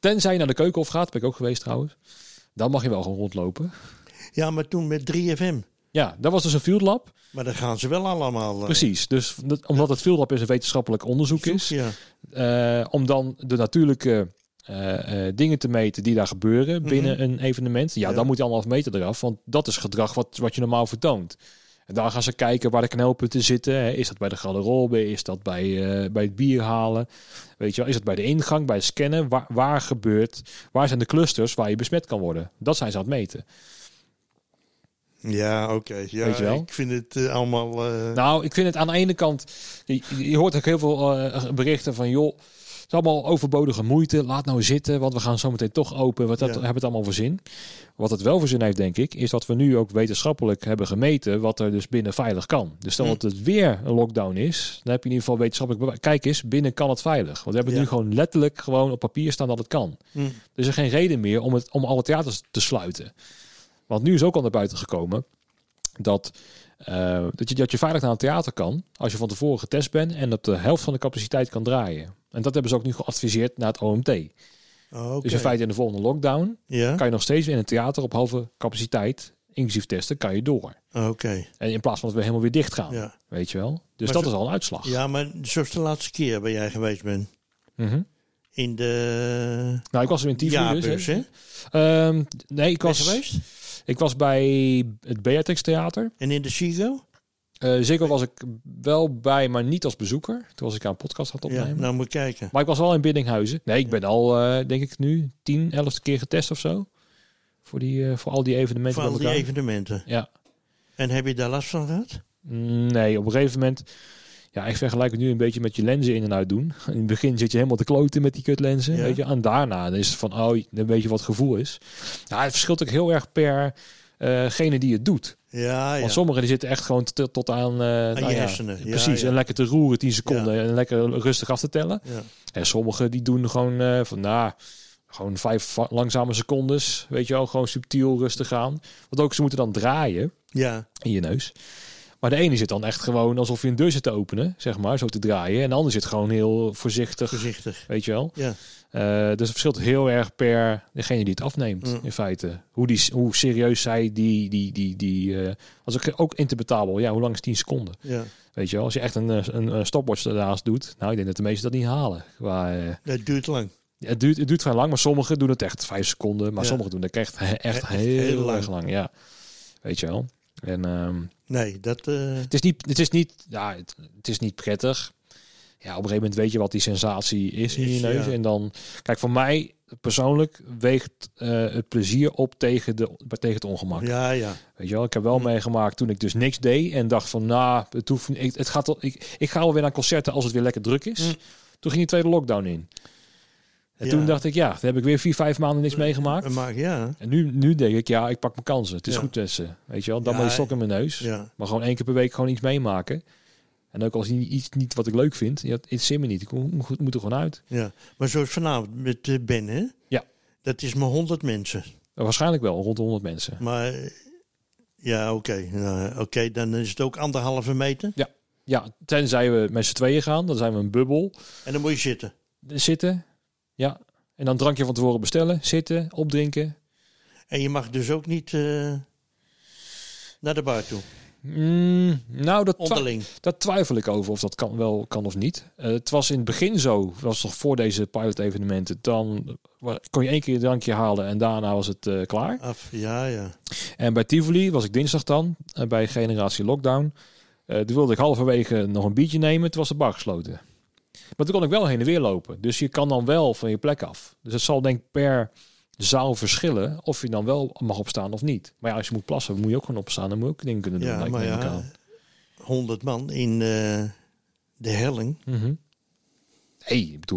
Speaker 1: Tenzij je naar de keukenhof gaat, ben ik ook geweest trouwens. Dan mag je wel gewoon rondlopen.
Speaker 2: Ja, maar toen met 3FM.
Speaker 1: Ja, dat was dus een field lab.
Speaker 2: Maar dan gaan ze wel allemaal. eh,
Speaker 1: Precies. Dus dat- omdat het field lab is een wetenschappelijk onderzoek
Speaker 2: zoeken,
Speaker 1: is.
Speaker 2: Ja.
Speaker 1: eh, om dan de natuurlijke eh, eh, dingen te meten die daar gebeuren binnen een evenement. Ja,
Speaker 2: Ja.
Speaker 1: dan moet je anderhalf meter eraf. Want dat is gedrag wat, wat je normaal vertoont. En daar gaan ze kijken waar de knelpunten zitten. hè. Is dat bij de garderobe? Is dat bij, eh, bij het bier halen? Weet je wel, is dat bij de ingang, bij het scannen? Waar, waar gebeurt, waar zijn de clusters waar je besmet kan worden? Dat zijn ze aan het meten.
Speaker 2: Ja, oké. Ja,
Speaker 1: Weet je wel?
Speaker 2: Ik vind het eh, allemaal... eh,
Speaker 1: Nou, ik vind het aan de ene kant. Je, je hoort ook heel veel eh, berichten van joh. Het is allemaal overbodige moeite. Laat nou zitten, want we gaan zometeen toch open. Wat dat,
Speaker 2: Ja.
Speaker 1: hebben het allemaal voor zin? Wat het wel voor zin heeft, denk ik, is dat we nu ook wetenschappelijk hebben gemeten wat er dus binnen veilig kan. Dus stel
Speaker 2: Hm.
Speaker 1: dat het weer een lockdown is, dan heb je in ieder geval wetenschappelijk bewijs. Kijk eens, binnen kan het veilig. Want we hebben het
Speaker 2: Ja.
Speaker 1: nu gewoon letterlijk gewoon op papier staan dat het kan.
Speaker 2: hm,
Speaker 1: Er is er geen reden meer om, het, om alle theaters te sluiten. Want nu is ook al naar buiten gekomen dat, eh, dat, je, dat je veilig naar een theater kan als je van tevoren getest bent en op de helft van de capaciteit kan draaien. En dat hebben ze ook nu geadviseerd naar het OMT.
Speaker 2: oh, oké.
Speaker 1: Dus in Dus feite in de volgende lockdown
Speaker 2: Ja?
Speaker 1: kan je nog steeds in een theater op halve capaciteit, inclusief testen, kan je door.
Speaker 2: Oké,
Speaker 1: En in plaats van dat we helemaal weer dicht gaan,
Speaker 2: ja.
Speaker 1: weet je wel. Dus
Speaker 2: Maar
Speaker 1: dat
Speaker 2: zo-
Speaker 1: is al een uitslag.
Speaker 2: Ja, maar zoals de laatste keer waar jij geweest bent.
Speaker 1: Mhm.
Speaker 2: In de...
Speaker 1: Nou, ik was er in Tivoli
Speaker 2: Ja,
Speaker 1: dus. hè.
Speaker 2: beurs, hè?
Speaker 1: Ehm, nee, ik
Speaker 2: Ben je
Speaker 1: was,
Speaker 2: geweest?
Speaker 1: ik was bij het Beatrix Theater.
Speaker 2: En in de Sigo?
Speaker 1: Eh Ziggo was ik wel bij, maar niet als bezoeker. Toen was ik aan een podcast had opnemen.
Speaker 2: Ja, nou moet ik kijken.
Speaker 1: Maar ik was wel in Biddinghuizen. Nee, ik ben al, eh, denk ik nu, 10, 11 keer getest of zo. Voor, die, eh, voor al die evenementen
Speaker 2: Voor al
Speaker 1: bij
Speaker 2: die
Speaker 1: elkaar.
Speaker 2: evenementen.
Speaker 1: Ja.
Speaker 2: En heb je daar last van gehad?
Speaker 1: Mm, Nee, op een gegeven moment... Ja, ik vergelijk het nu een beetje met je lenzen in en uit doen. In het begin zit je helemaal te kloten met die kutlenzen.
Speaker 2: Ja.
Speaker 1: Weet je? En daarna is het van, oh, dan weet je wat het gevoel is. Ja, het verschilt ook heel erg per eh gene die het doet.
Speaker 2: Ja, ja.
Speaker 1: Want sommigen die zitten echt gewoon tot, tot aan... eh nou ja,
Speaker 2: hersenen. Ja,
Speaker 1: Precies,
Speaker 2: ja.
Speaker 1: en lekker te roeren 10 seconden en lekker rustig af te tellen.
Speaker 2: Ja.
Speaker 1: En sommigen die doen gewoon eh, van, nou, gewoon vijf va- langzame secondes. Weet je wel, gewoon subtiel rustig aan. Want ook ze moeten dan draaien
Speaker 2: ja.
Speaker 1: in je neus. Maar de ene zit dan echt gewoon alsof je een deur zit te openen, zeg maar, zo te draaien. En de ander zit gewoon heel voorzichtig,
Speaker 2: voorzichtig.
Speaker 1: weet je wel.
Speaker 2: Ja.
Speaker 1: Eh, dus het verschilt heel erg per degene die het afneemt,
Speaker 2: Mm.
Speaker 1: in feite. Hoe, die, hoe serieus zij die... die, die, die eh, was ook, ook interpretabel. Ja, hoe lang is 10 seconden?
Speaker 2: Ja.
Speaker 1: Weet je wel, als je echt een, eh, een, een stopwatch daarnaast doet, nou, ik denk dat de meesten dat niet halen. Maar, eh,
Speaker 2: Dat duurt lang.
Speaker 1: het, duurt, het duurt vrij lang, maar sommigen doen het echt vijf seconden. Maar
Speaker 2: Ja.
Speaker 1: sommigen doen het echt, echt,
Speaker 2: Echt
Speaker 1: heel,
Speaker 2: heel lang.
Speaker 1: erg lang. Ja, weet je wel. En ehm,
Speaker 2: Nee, dat... eh,
Speaker 1: het, is niet, het, is niet, ja, het, het is niet prettig. Ja, op een gegeven moment weet je wat die sensatie is in
Speaker 2: Is,
Speaker 1: je neus.
Speaker 2: ja.
Speaker 1: En dan, kijk, voor mij persoonlijk weegt eh, het plezier op tegen, de, tegen het ongemak.
Speaker 2: ja, ja.
Speaker 1: Weet je wel, ik heb wel
Speaker 2: Hm.
Speaker 1: dus nou,
Speaker 2: Mm. Mm.
Speaker 1: Dus-
Speaker 2: eh, dus eh,
Speaker 1: Mm, nou, Eh, eh, eh, dus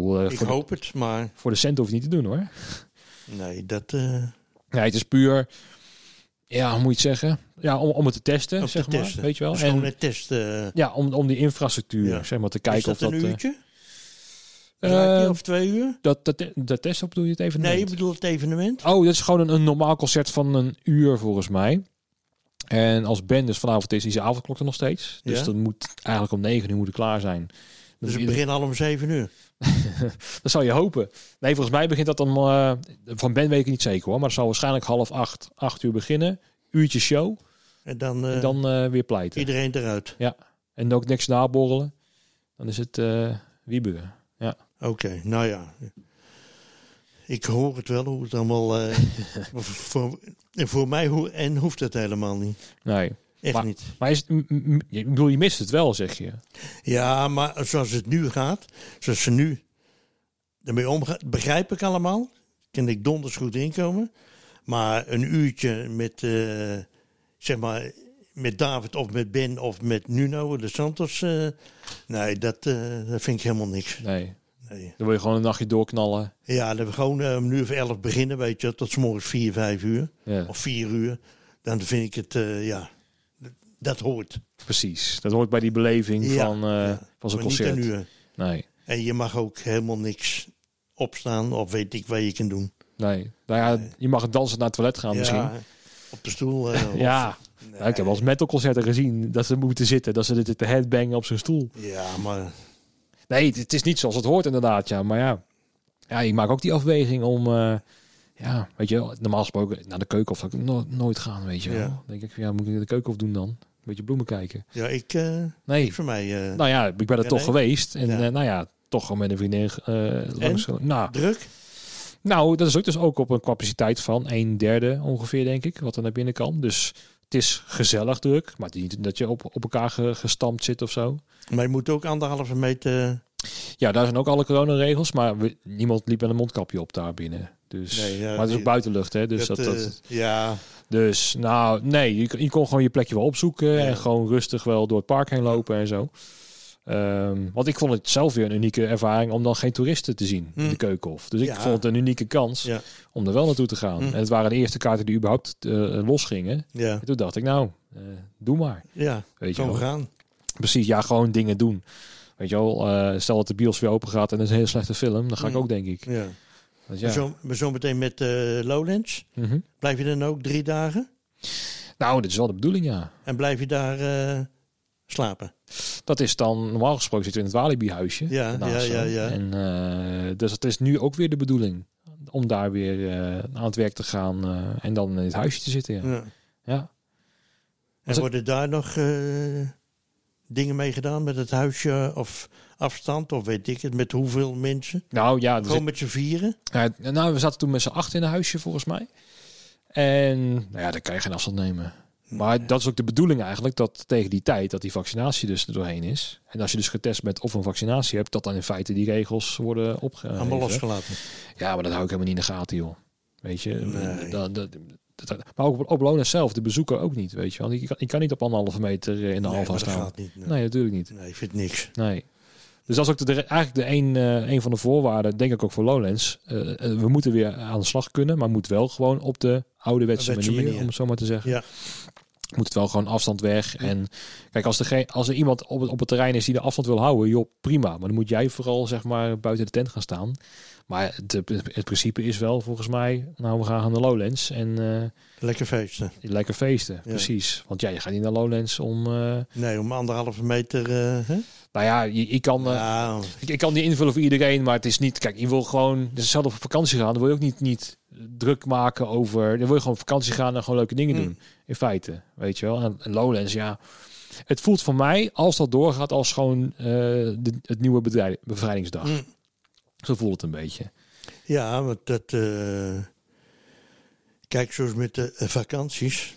Speaker 1: Mhm. eh, Oh, eh, Oh, dus eh, eh, eh,
Speaker 2: eh, eh, Dus eh, Dus Eh. nou eh, eh, zeg maar, met David of met Ben of met Nuno de Santos. eh, nee, dat, eh, dat vind ik helemaal niks.
Speaker 1: Nee.
Speaker 2: Nee.
Speaker 1: Dan wil je gewoon een nachtje doorknallen.
Speaker 2: Ja, dat we gewoon eh, om nu of elf beginnen, weet je, tot 's morgens vier, vijf uur.
Speaker 1: Ja,
Speaker 2: Of vier uur. Dan vind ik het, eh, ja, dat- dat hoort.
Speaker 1: precies. Dat hoort bij die beleving
Speaker 2: Ja,
Speaker 1: van, eh,
Speaker 2: ja.
Speaker 1: van zo'n
Speaker 2: Maar niet
Speaker 1: concert.
Speaker 2: een uur.
Speaker 1: Nee.
Speaker 2: En je mag ook helemaal niks opstaan of weet ik wat je kan doen.
Speaker 1: Nee. Nou ja, je mag dansen naar het toilet gaan Nou, misschien.
Speaker 2: Ja, op de stoel. eh, of-
Speaker 1: Ja, Nou, ik heb wel eens metalconcerten gezien dat ze moeten zitten. Dat ze dit te headbangen op zijn stoel.
Speaker 2: Ja, maar
Speaker 1: Nee, het, het is niet zoals het hoort inderdaad. Ja, maar ja. Ja, ik maak ook die afweging om... eh, ja, weet je wel, normaal gesproken naar de keuken of nooit gaan, weet je wel.
Speaker 2: Ja.
Speaker 1: Dan denk ik, van, ja, moet ik de keuken of doen dan? Een beetje bloemen kijken.
Speaker 2: ja, ik, eh,
Speaker 1: Nee,
Speaker 2: voor mij eh,
Speaker 1: nou ja, ik ben er
Speaker 2: Ja,
Speaker 1: toch
Speaker 2: nee.
Speaker 1: geweest. En
Speaker 2: Ja.
Speaker 1: eh, nou ja, toch gewoon met een vriendin eh langs. Nou,
Speaker 2: druk.
Speaker 1: Nou, dat is ook dus ook op een capaciteit van een derde ongeveer, denk ik, wat er naar binnen kan. Dus het is gezellig druk, maar het is niet dat je op, op elkaar ge- gestampt zit of zo.
Speaker 2: Maar je moet ook anderhalve meter.
Speaker 1: Ja, daar zijn ook alle coronaregels, maar we- niemand liep met een mondkapje op daar binnen. Dus,
Speaker 2: Nee, ja,
Speaker 1: maar het is ook
Speaker 2: die-
Speaker 1: buitenlucht, hè? Dus, dat, dat,
Speaker 2: eh, ja,
Speaker 1: dus nou, nee, je, kon- je kon gewoon je plekje wel opzoeken
Speaker 2: Ja.
Speaker 1: en gewoon rustig wel door het park heen lopen en zo. Ehm, want ik vond het zelf weer een unieke ervaring om dan geen toeristen te zien in
Speaker 2: Hm.
Speaker 1: de Keukenhof. Dus ik
Speaker 2: Ja.
Speaker 1: vond het een unieke kans
Speaker 2: Ja.
Speaker 1: om er wel naartoe te gaan.
Speaker 2: Hm.
Speaker 1: En het waren de eerste kaarten die überhaupt eh, losgingen.
Speaker 2: ja,
Speaker 1: En toen dacht ik, nou, eh, doe maar.
Speaker 2: ja.
Speaker 1: Weet je
Speaker 2: Gewoon
Speaker 1: wel.
Speaker 2: gaan.
Speaker 1: Precies, ja, gewoon dingen doen. Weet je wel, eh, stel dat de bios weer open gaat en dat is een hele slechte film, dan ga ik
Speaker 2: Hm.
Speaker 1: ook, denk ik.
Speaker 2: Ja.
Speaker 1: Dus
Speaker 2: Maar
Speaker 1: ja.
Speaker 2: Zo, maar zo meteen met eh, Lowlands.
Speaker 1: Mhm.
Speaker 2: Blijf je dan ook drie dagen?
Speaker 1: Nou, dit is wel de bedoeling, ja.
Speaker 2: En blijf je daar eh, slapen?
Speaker 1: Dat is dan, normaal gesproken zitten we in het Walibi-huisje.
Speaker 2: Ja,
Speaker 1: daarnaast
Speaker 2: ja, ja,
Speaker 1: zo.
Speaker 2: ja.
Speaker 1: En, eh, dus het is nu ook weer de bedoeling om daar weer eh, aan het werk te gaan eh, en dan in het huisje te zitten. Ja.
Speaker 2: Ja.
Speaker 1: Ja.
Speaker 2: En
Speaker 1: het-
Speaker 2: worden daar nog eh, dingen mee gedaan met het huisje of afstand of weet ik het, met hoeveel mensen?
Speaker 1: Nou ja, er zit-
Speaker 2: Gewoon met z'n vieren?
Speaker 1: Nou, ja, nou, we zaten toen met z'n acht in een huisje volgens mij. En nou ja, daar kan je geen afstand nemen. Maar dat is ook de bedoeling eigenlijk, dat tegen die tijd dat die vaccinatie dus er doorheen is. En als je dus getest bent of een vaccinatie hebt, dat dan in feite die regels worden
Speaker 2: Allemaal
Speaker 1: opgeheven.
Speaker 2: losgelaten.
Speaker 1: Ja, maar dat hou ik helemaal niet in de gaten, joh. Weet je,
Speaker 2: Nee.
Speaker 1: dat, dat, dat- maar ook op, op Lona zelf, de bezoeker ook niet, weet je. Want ik kan, ik kan niet op anderhalve meter eh, in de hal
Speaker 2: Nee,
Speaker 1: gaan
Speaker 2: maar dat
Speaker 1: staan.
Speaker 2: gaat niet. Nee.
Speaker 1: Nee, natuurlijk niet.
Speaker 2: Nee, ik vind niks.
Speaker 1: Nee. Dus dat is ook de, de- eigenlijk de een, eh, een van de voorwaarden, denk ik ook voor Lowlands. Eh, eh, we moeten weer aan de slag kunnen, maar moet wel gewoon op de ouderwetse
Speaker 2: Wetse
Speaker 1: manier,
Speaker 2: manier.
Speaker 1: om het zo maar te zeggen.
Speaker 2: Ja.
Speaker 1: Moet het wel gewoon afstand weg. En kijk, als er, geen, als er iemand op het, op het terrein is die de afstand wil houden, joh, prima. Maar dan moet jij vooral zeg maar buiten de tent gaan staan. Maar het, het principe is wel volgens mij, nou we gaan naar Lowlands en eh,
Speaker 2: Lekker feesten.
Speaker 1: lekker feesten. Precies. Want ja, je gaat niet naar Lowlands om... eh,
Speaker 2: Nee, om anderhalve meter. eh, hè?
Speaker 1: nou ja, je, je kan... eh,
Speaker 2: Nou,
Speaker 1: Ik, ik kan die invullen voor iedereen, maar het is niet. Kijk, je wil gewoon. Het is hetzelfde op vakantie gaan. Dan wil je ook niet, niet druk maken over. Dan wil je gewoon op vakantie gaan en gewoon leuke dingen
Speaker 2: Mm.
Speaker 1: doen. In feite, weet je wel. En, en Lowlands, ja. Het voelt voor mij, als dat doorgaat, als gewoon eh, de- het nieuwe bedrij- bevrijdingsdag.
Speaker 2: Mm.
Speaker 1: Zo voelt het een beetje.
Speaker 2: ja, want dat. eh, kijk, zoals met de eh, vakanties.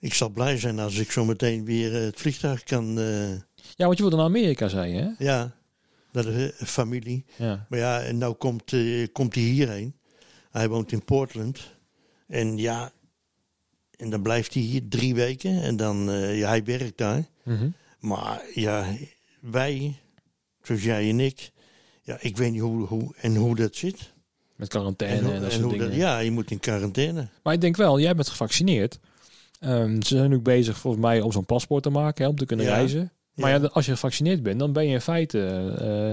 Speaker 2: Ik zal blij zijn als ik zo meteen weer eh, het vliegtuig kan. eh,
Speaker 1: Ja, want je wilde naar Amerika, zei je, hè?
Speaker 2: ja, naar de eh, familie.
Speaker 1: Ja.
Speaker 2: Maar ja, en nou komt, eh, komt hij hierheen. Hij woont in Portland. En ja, en dan blijft hij hier drie weken. En dan, eh, ja, hij werkt daar.
Speaker 1: Mhm.
Speaker 2: Maar ja, wij, zoals jij en ik, ja, ik weet niet hoe, hoe en hoe dat zit.
Speaker 1: Met quarantaine en,
Speaker 2: hoe,
Speaker 1: dat
Speaker 2: en
Speaker 1: soort
Speaker 2: hoe
Speaker 1: dingen.
Speaker 2: dat- ja, je moet in quarantaine.
Speaker 1: Maar ik denk wel, jij bent gevaccineerd. Ehm, ze zijn ook bezig, volgens mij, om zo'n paspoort te maken, hè, om te kunnen
Speaker 2: Ja.
Speaker 1: reizen. Maar ja. als je gevaccineerd bent, dan ben je in feite.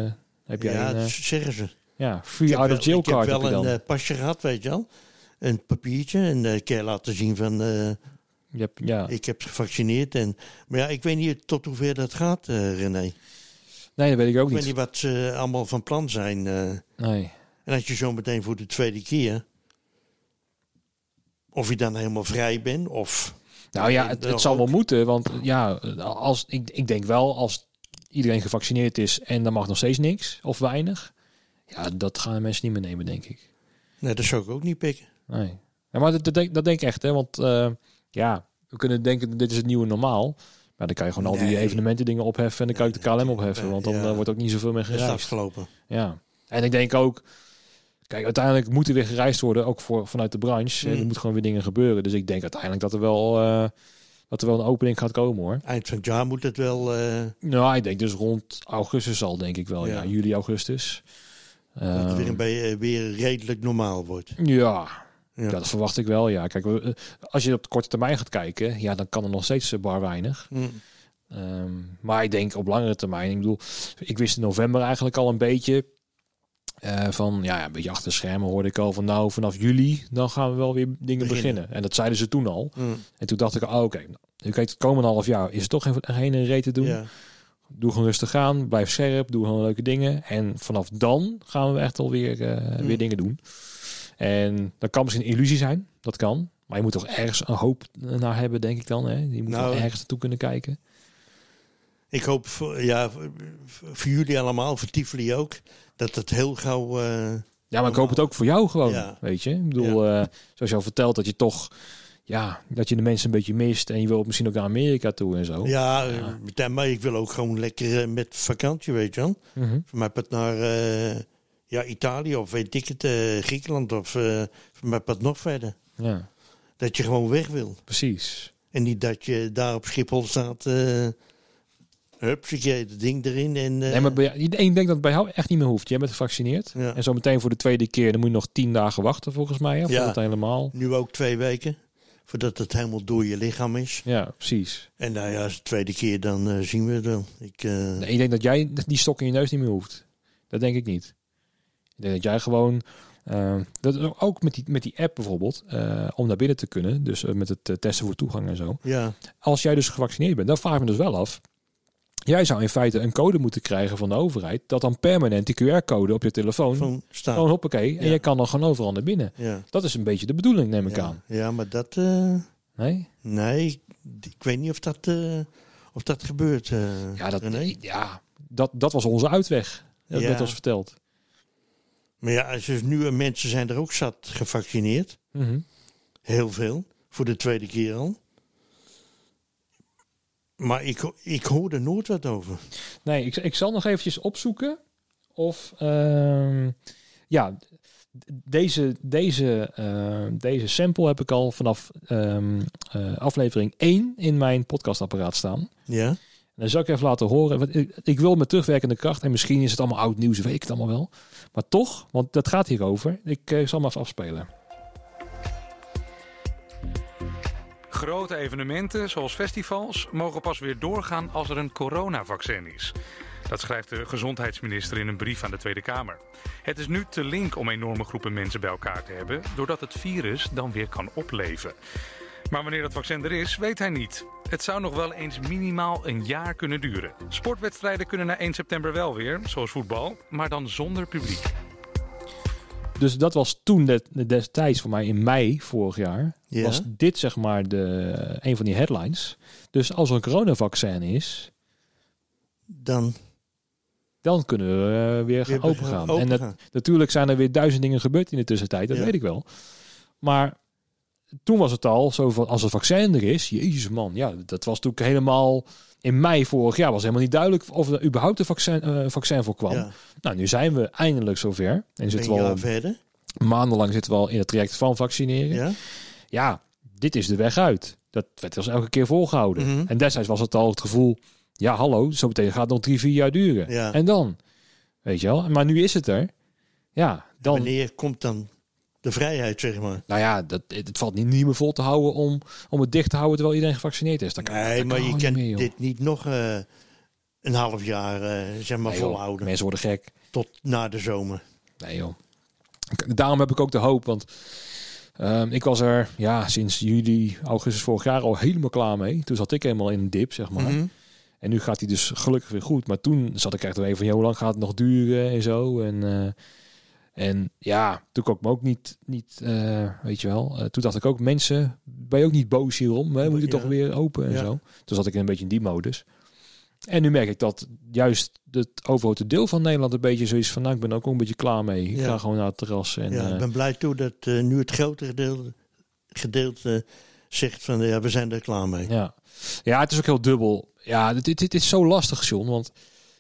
Speaker 1: eh, heb jij
Speaker 2: ja,
Speaker 1: een, eh,
Speaker 2: dat zeggen ze.
Speaker 1: ja,
Speaker 2: Ik
Speaker 1: free
Speaker 2: heb
Speaker 1: out
Speaker 2: wel-
Speaker 1: of jail card.
Speaker 2: Ik heb
Speaker 1: heb je
Speaker 2: wel een
Speaker 1: dan.
Speaker 2: eh, pasje gehad, weet je wel. Een papiertje en eh kan je laten zien van eh,
Speaker 1: je hebt, ja.
Speaker 2: ik heb gevaccineerd. En, maar ja, ik weet niet tot hoever dat gaat, eh, René.
Speaker 1: Nee, dat weet ik ook
Speaker 2: Ik weet
Speaker 1: niet.
Speaker 2: niet wat ze allemaal van plan zijn. eh.
Speaker 1: Nee.
Speaker 2: en als je zo meteen voor de tweede keer, of je dan helemaal vrij bent, of
Speaker 1: Nou ja,
Speaker 2: Nee,
Speaker 1: het,
Speaker 2: wel
Speaker 1: het zal wel
Speaker 2: ook.
Speaker 1: moeten. Want ja, als, ik, ik denk wel als iedereen gevaccineerd is en dan mag nog steeds niks of weinig. Ja, dat gaan de mensen niet meer nemen, denk ik.
Speaker 2: Nee, dat zou ik ook niet pikken.
Speaker 1: Nee. Ja, maar dat, dat, denk, dat denk ik echt, hè? Want eh, ja, we kunnen denken, dit is het nieuwe normaal. Maar dan kan je gewoon al die
Speaker 2: Nee.
Speaker 1: evenementen dingen opheffen en dan kan je ook de KLM opheffen. Want dan
Speaker 2: Ja.
Speaker 1: eh, wordt ook niet zoveel meer
Speaker 2: Dat is
Speaker 1: gereisd.
Speaker 2: afgelopen.
Speaker 1: Ja. En ik denk ook, Kijk, uiteindelijk moet er weer gereisd worden, ook voor, vanuit de branche.
Speaker 2: Mm.
Speaker 1: Er moet gewoon weer dingen gebeuren. Dus ik denk uiteindelijk dat er wel, eh, dat er wel een opening gaat komen hoor.
Speaker 2: Eind van het jaar moet het wel. eh,
Speaker 1: Nou, ik denk dus rond augustus al, denk ik wel. Ja,
Speaker 2: Ja.
Speaker 1: juli, augustus.
Speaker 2: dat het
Speaker 1: Ehm,
Speaker 2: weer, een be- eh, weer redelijk normaal wordt.
Speaker 1: ja,
Speaker 2: Ja.
Speaker 1: dat verwacht ik wel. Ja, kijk, we- eh, als je op de korte termijn gaat kijken, ja, dan kan er nog steeds eh, bar weinig.
Speaker 2: Mm.
Speaker 1: Ehm, maar ik denk op langere termijn, ik bedoel, ik wist in november eigenlijk al een beetje eh, van, ja, een beetje achter de schermen hoorde ik al van, nou, vanaf juli, dan gaan we wel weer dingen
Speaker 2: Beginnen.
Speaker 1: beginnen. En dat zeiden ze toen al.
Speaker 2: Mm.
Speaker 1: En toen dacht ik, oh, oké, nou, nu kijk, het komende half jaar is er toch geen, geen reet te doen.
Speaker 2: Ja.
Speaker 1: Doe gewoon rustig aan, blijf scherp, doe gewoon leuke dingen. En vanaf dan gaan we echt alweer eh,
Speaker 2: Mm.
Speaker 1: weer dingen doen. En dat kan misschien een illusie zijn, dat kan. Maar je moet toch ergens een hoop naar hebben, denk ik dan. Hè? Je moet
Speaker 2: Nou.
Speaker 1: wel ergens naartoe kunnen kijken.
Speaker 2: Ik hoop voor, ja, voor- voor jullie allemaal, voor Tivoli ook, dat het heel gauw. eh,
Speaker 1: Ja, maar ik hoop het ook voor jou gewoon,
Speaker 2: Ja.
Speaker 1: weet je. Ik bedoel, eh, zoals je al vertelt, dat je toch... Ja, dat je de mensen een beetje mist. En je wilt misschien ook naar Amerika toe en zo.
Speaker 2: ja, eh, meteen, maar ik wil ook gewoon lekker eh, met vakantie, weet je wel.
Speaker 1: Mhm.
Speaker 2: Voor mij pat naar eh, ja, Italië of weet ik het, eh, Griekenland of eh voor mij pat nog verder.
Speaker 1: ja
Speaker 2: Dat je gewoon weg wil.
Speaker 1: precies.
Speaker 2: En niet dat je daar op Schiphol staat. eh hup, zie je het ding erin. En, eh,
Speaker 1: Nee, maar bij, ik denk dat het bij jou echt niet meer hoeft. Jij bent gevaccineerd.
Speaker 2: Ja.
Speaker 1: En zo meteen voor de tweede keer, dan moet je nog tien dagen wachten volgens mij. Of
Speaker 2: Ja.
Speaker 1: dat helemaal.
Speaker 2: Nu ook twee weken. Voordat het helemaal door je lichaam is.
Speaker 1: Ja, precies.
Speaker 2: En nou ja, als het de tweede keer dan eh, zien we het wel. Ik, eh,
Speaker 1: Nee, ik denk dat jij die stok in je neus niet meer hoeft. Dat denk ik niet. Ik denk dat jij gewoon... eh, dat, ook met die, met die app bijvoorbeeld, eh, om naar binnen te kunnen. Dus eh, met het eh, testen voor toegang en zo.
Speaker 2: Ja,
Speaker 1: als jij dus gevaccineerd bent, dan vraag ik me dus wel af. Jij zou in feite een code moeten krijgen van de overheid. Dat dan permanent die QR-code op je telefoon.
Speaker 2: van staan.
Speaker 1: Gewoon hoppakee. En
Speaker 2: Ja.
Speaker 1: je kan dan gewoon overal naar binnen.
Speaker 2: ja.
Speaker 1: Dat is een beetje de bedoeling, neem ik
Speaker 2: Ja.
Speaker 1: aan.
Speaker 2: ja, maar dat... eh,
Speaker 1: Nee?
Speaker 2: nee, ik, ik weet niet of dat, eh, of dat gebeurt. eh,
Speaker 1: Ja, dat,
Speaker 2: René.
Speaker 1: ja dat, dat was onze uitweg. Dat
Speaker 2: Ja.
Speaker 1: net als verteld.
Speaker 2: Maar ja, als er nu mensen zijn er ook zat gevaccineerd.
Speaker 1: Mhm.
Speaker 2: Heel veel. Voor de tweede keer al. Maar ik, ho- ik hoor er nooit wat over.
Speaker 1: Nee, ik, ik zal nog eventjes opzoeken of... ehm, ja, d- deze, deze, ehm, deze sample heb ik al vanaf ehm, eh, aflevering 1 in mijn podcastapparaat staan.
Speaker 2: Ja?
Speaker 1: En Dan zal ik even laten horen. Want ik, ik wil met terugwerkende kracht. En misschien is het allemaal oud nieuws, weet ik het allemaal wel. Maar toch, want dat gaat hierover. Ik eh, zal maar even afspelen.
Speaker 3: Grote evenementen, zoals festivals, mogen pas weer doorgaan als er een coronavaccin is. Dat schrijft de gezondheidsminister in een brief aan de Tweede Kamer. Het is nu te link om enorme groepen mensen bij elkaar te hebben, doordat het virus dan weer kan opleven. Maar wanneer dat vaccin er is, weet hij niet. Het zou nog wel eens minimaal een jaar kunnen duren. Sportwedstrijden kunnen na 1 september wel weer, zoals voetbal, maar dan zonder publiek.
Speaker 1: Dus dat was toen de- destijds voor mij in mei vorig jaar.
Speaker 2: Ja.
Speaker 1: Was dit zeg maar de, een van die headlines. Dus als er een coronavaccin is,
Speaker 2: Dan
Speaker 1: dan kunnen we eh, weer gaan
Speaker 2: weer
Speaker 1: opengaan.
Speaker 2: open
Speaker 1: en dat,
Speaker 2: gaan.
Speaker 1: natuurlijk zijn er weer duizend dingen gebeurd in de tussentijd. Dat
Speaker 2: Ja.
Speaker 1: weet ik wel. Maar toen was het al zo van als er vaccin er is, jezus man, ja, dat was natuurlijk helemaal in mei vorig jaar was helemaal niet duidelijk of er überhaupt een vaccin, eh, vaccin voor kwam.
Speaker 2: ja,
Speaker 1: Nou, nu zijn we eindelijk zover. En
Speaker 2: een
Speaker 1: zitten we al
Speaker 2: jaar verder.
Speaker 1: maandenlang zitten we al in het traject van vaccineren. Ja,
Speaker 2: Ja?
Speaker 1: dit is de weg uit. Dat werd ons elke keer volgehouden.
Speaker 2: Mhm.
Speaker 1: En destijds was het al het gevoel, ja, hallo, zo meteen gaat het nog drie, vier jaar duren.
Speaker 2: Ja.
Speaker 1: En dan, weet je wel, maar nu is het er. Ja, dan
Speaker 2: Wanneer komt dan de vrijheid, zeg maar?
Speaker 1: Nou ja, dat, het, het valt niet, niet meer vol te houden om, om het dicht te houden terwijl iedereen gevaccineerd is. Dat kan,
Speaker 2: Nee,
Speaker 1: dat
Speaker 2: maar
Speaker 1: kan
Speaker 2: je
Speaker 1: niet
Speaker 2: kan
Speaker 1: meer, joh.
Speaker 2: dit niet nog eh, een half jaar eh, zeg maar,
Speaker 1: Nee, joh,
Speaker 2: volhouden.
Speaker 1: Mensen worden gek.
Speaker 2: Tot na de zomer.
Speaker 1: Nee joh. Ik- Daarom heb ik ook de hoop, want ehm, ik was er ja, sinds juli, augustus vorig jaar al helemaal klaar mee. Toen zat ik helemaal in een dip, zeg maar.
Speaker 2: Mhm.
Speaker 1: En nu gaat hij dus gelukkig weer goed. Maar toen zat ik echt even van, ja, hoe lang gaat het nog duren en zo. En, eh, en ja, toen kon ik me ook niet, niet eh, weet je wel. Eh, toen dacht ik ook, mensen, ben je ook niet boos hierom? Hè? Moet je
Speaker 2: Ja.
Speaker 1: toch weer open en
Speaker 2: Ja.
Speaker 1: zo. Toen zat ik in een beetje in die modus. En nu merk ik dat juist het overgrote deel van Nederland een beetje zoiets van, nou, ik ben er ook wel een beetje klaar mee. Ik
Speaker 2: Ja.
Speaker 1: ga gewoon naar het terras. En,
Speaker 2: ja,
Speaker 1: eh,
Speaker 2: ik ben blij toe dat eh, nu het grotere deel, gedeelte zegt van ja, we zijn er klaar mee.
Speaker 1: Ja. ja, het is ook heel dubbel. Ja, dit, dit, dit is zo lastig, John. Want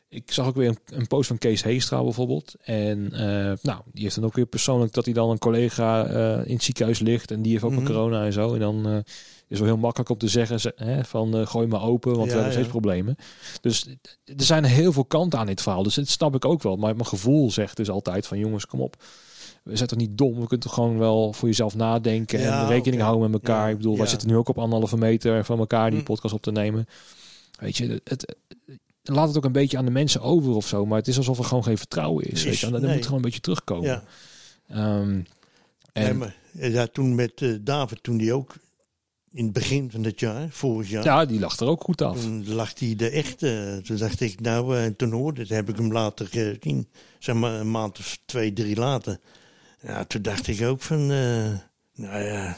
Speaker 1: Ik zag ook weer een, een post van Kees Heestra bijvoorbeeld. En eh, nou, die heeft dan ook weer persoonlijk dat hij dan een collega eh, in het ziekenhuis ligt. En die heeft ook
Speaker 2: Mhm.
Speaker 1: een corona en zo. En dan eh, is wel heel makkelijk om te zeggen ze- hè, van eh, gooi maar open, want
Speaker 2: Ja,
Speaker 1: we hebben
Speaker 2: ja.
Speaker 1: steeds problemen. Dus er zijn heel veel kanten aan dit verhaal. Dus dat snap ik ook wel. Maar mijn gevoel zegt dus altijd van jongens, kom op. We zijn toch niet dom? We kunnen toch gewoon wel voor jezelf nadenken
Speaker 2: Ja,
Speaker 1: en rekening
Speaker 2: oké.
Speaker 1: houden met elkaar.
Speaker 2: Ja,
Speaker 1: ik bedoel, wij
Speaker 2: ja.
Speaker 1: zitten nu ook op anderhalve meter van elkaar die
Speaker 2: Hm.
Speaker 1: podcast op te nemen. Weet je, het, laat het ook een beetje aan de mensen over of zo. Maar het is alsof er gewoon geen vertrouwen is.
Speaker 2: Is-
Speaker 1: weet je. En dat
Speaker 2: nee.
Speaker 1: moet gewoon een beetje terugkomen.
Speaker 2: Ja.
Speaker 1: Ehm, oh. en,
Speaker 2: Nee, maar, eh, ja, toen met eh, David, toen die ook in het begin van het jaar, vorig jaar,
Speaker 1: ja, die lag er ook goed af.
Speaker 2: toen lag hij de echte. Toen dacht ik, nou, eh, toen hoorde het, heb ik hem later gezien. Zeg maar een maand of twee, drie later. Ja, toen dacht ik ook van, eh, nou ja,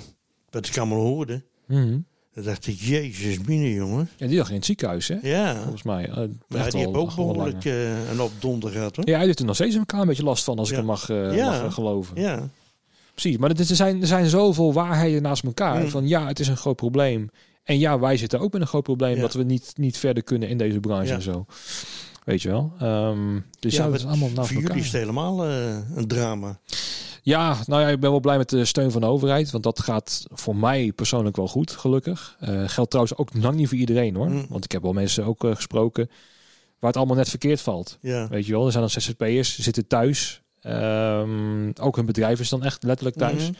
Speaker 2: wat ik allemaal hoorde.
Speaker 1: Mhm.
Speaker 2: Toen dacht ik, jezus mine, jongen.
Speaker 1: En die lag in het ziekenhuis, hè?
Speaker 2: Ja,
Speaker 1: Volgens mij. eh,
Speaker 2: maar
Speaker 1: echt
Speaker 2: die
Speaker 1: al-
Speaker 2: hebben ook
Speaker 1: al langer.
Speaker 2: behoorlijk eh, een opdonder gehad, hoor.
Speaker 1: Ja, hij heeft er nog steeds een klein beetje last van, als ik
Speaker 2: Ja.
Speaker 1: hem mag, eh,
Speaker 2: Ja.
Speaker 1: mag, eh, geloven.
Speaker 2: Ja,
Speaker 1: Precies, maar het is- er zijn, er zijn zoveel waarheden naast elkaar.
Speaker 2: Mm.
Speaker 1: Van ja, het is een groot probleem. En ja, wij zitten ook met een groot probleem
Speaker 2: Ja.
Speaker 1: dat we niet, niet verder kunnen in deze branche
Speaker 2: Ja.
Speaker 1: en zo. Weet je wel. Ehm, dus ja,
Speaker 2: maar
Speaker 1: dat is allemaal naast
Speaker 2: voor jullie
Speaker 1: elkaar.
Speaker 2: is het helemaal eh, een drama.
Speaker 1: Ja, nou ja, ik ben wel blij met de steun van de overheid. Want dat gaat voor mij persoonlijk wel goed, gelukkig. Eh, geldt trouwens ook lang niet voor iedereen hoor.
Speaker 2: Mm.
Speaker 1: Want ik heb wel mensen ook eh, gesproken waar het allemaal net verkeerd valt.
Speaker 2: Ja,
Speaker 1: Weet je wel, er zijn dan ZZP'ers, die zitten thuis. Ehm, ook hun bedrijf is dan echt letterlijk thuis.
Speaker 2: Mhm.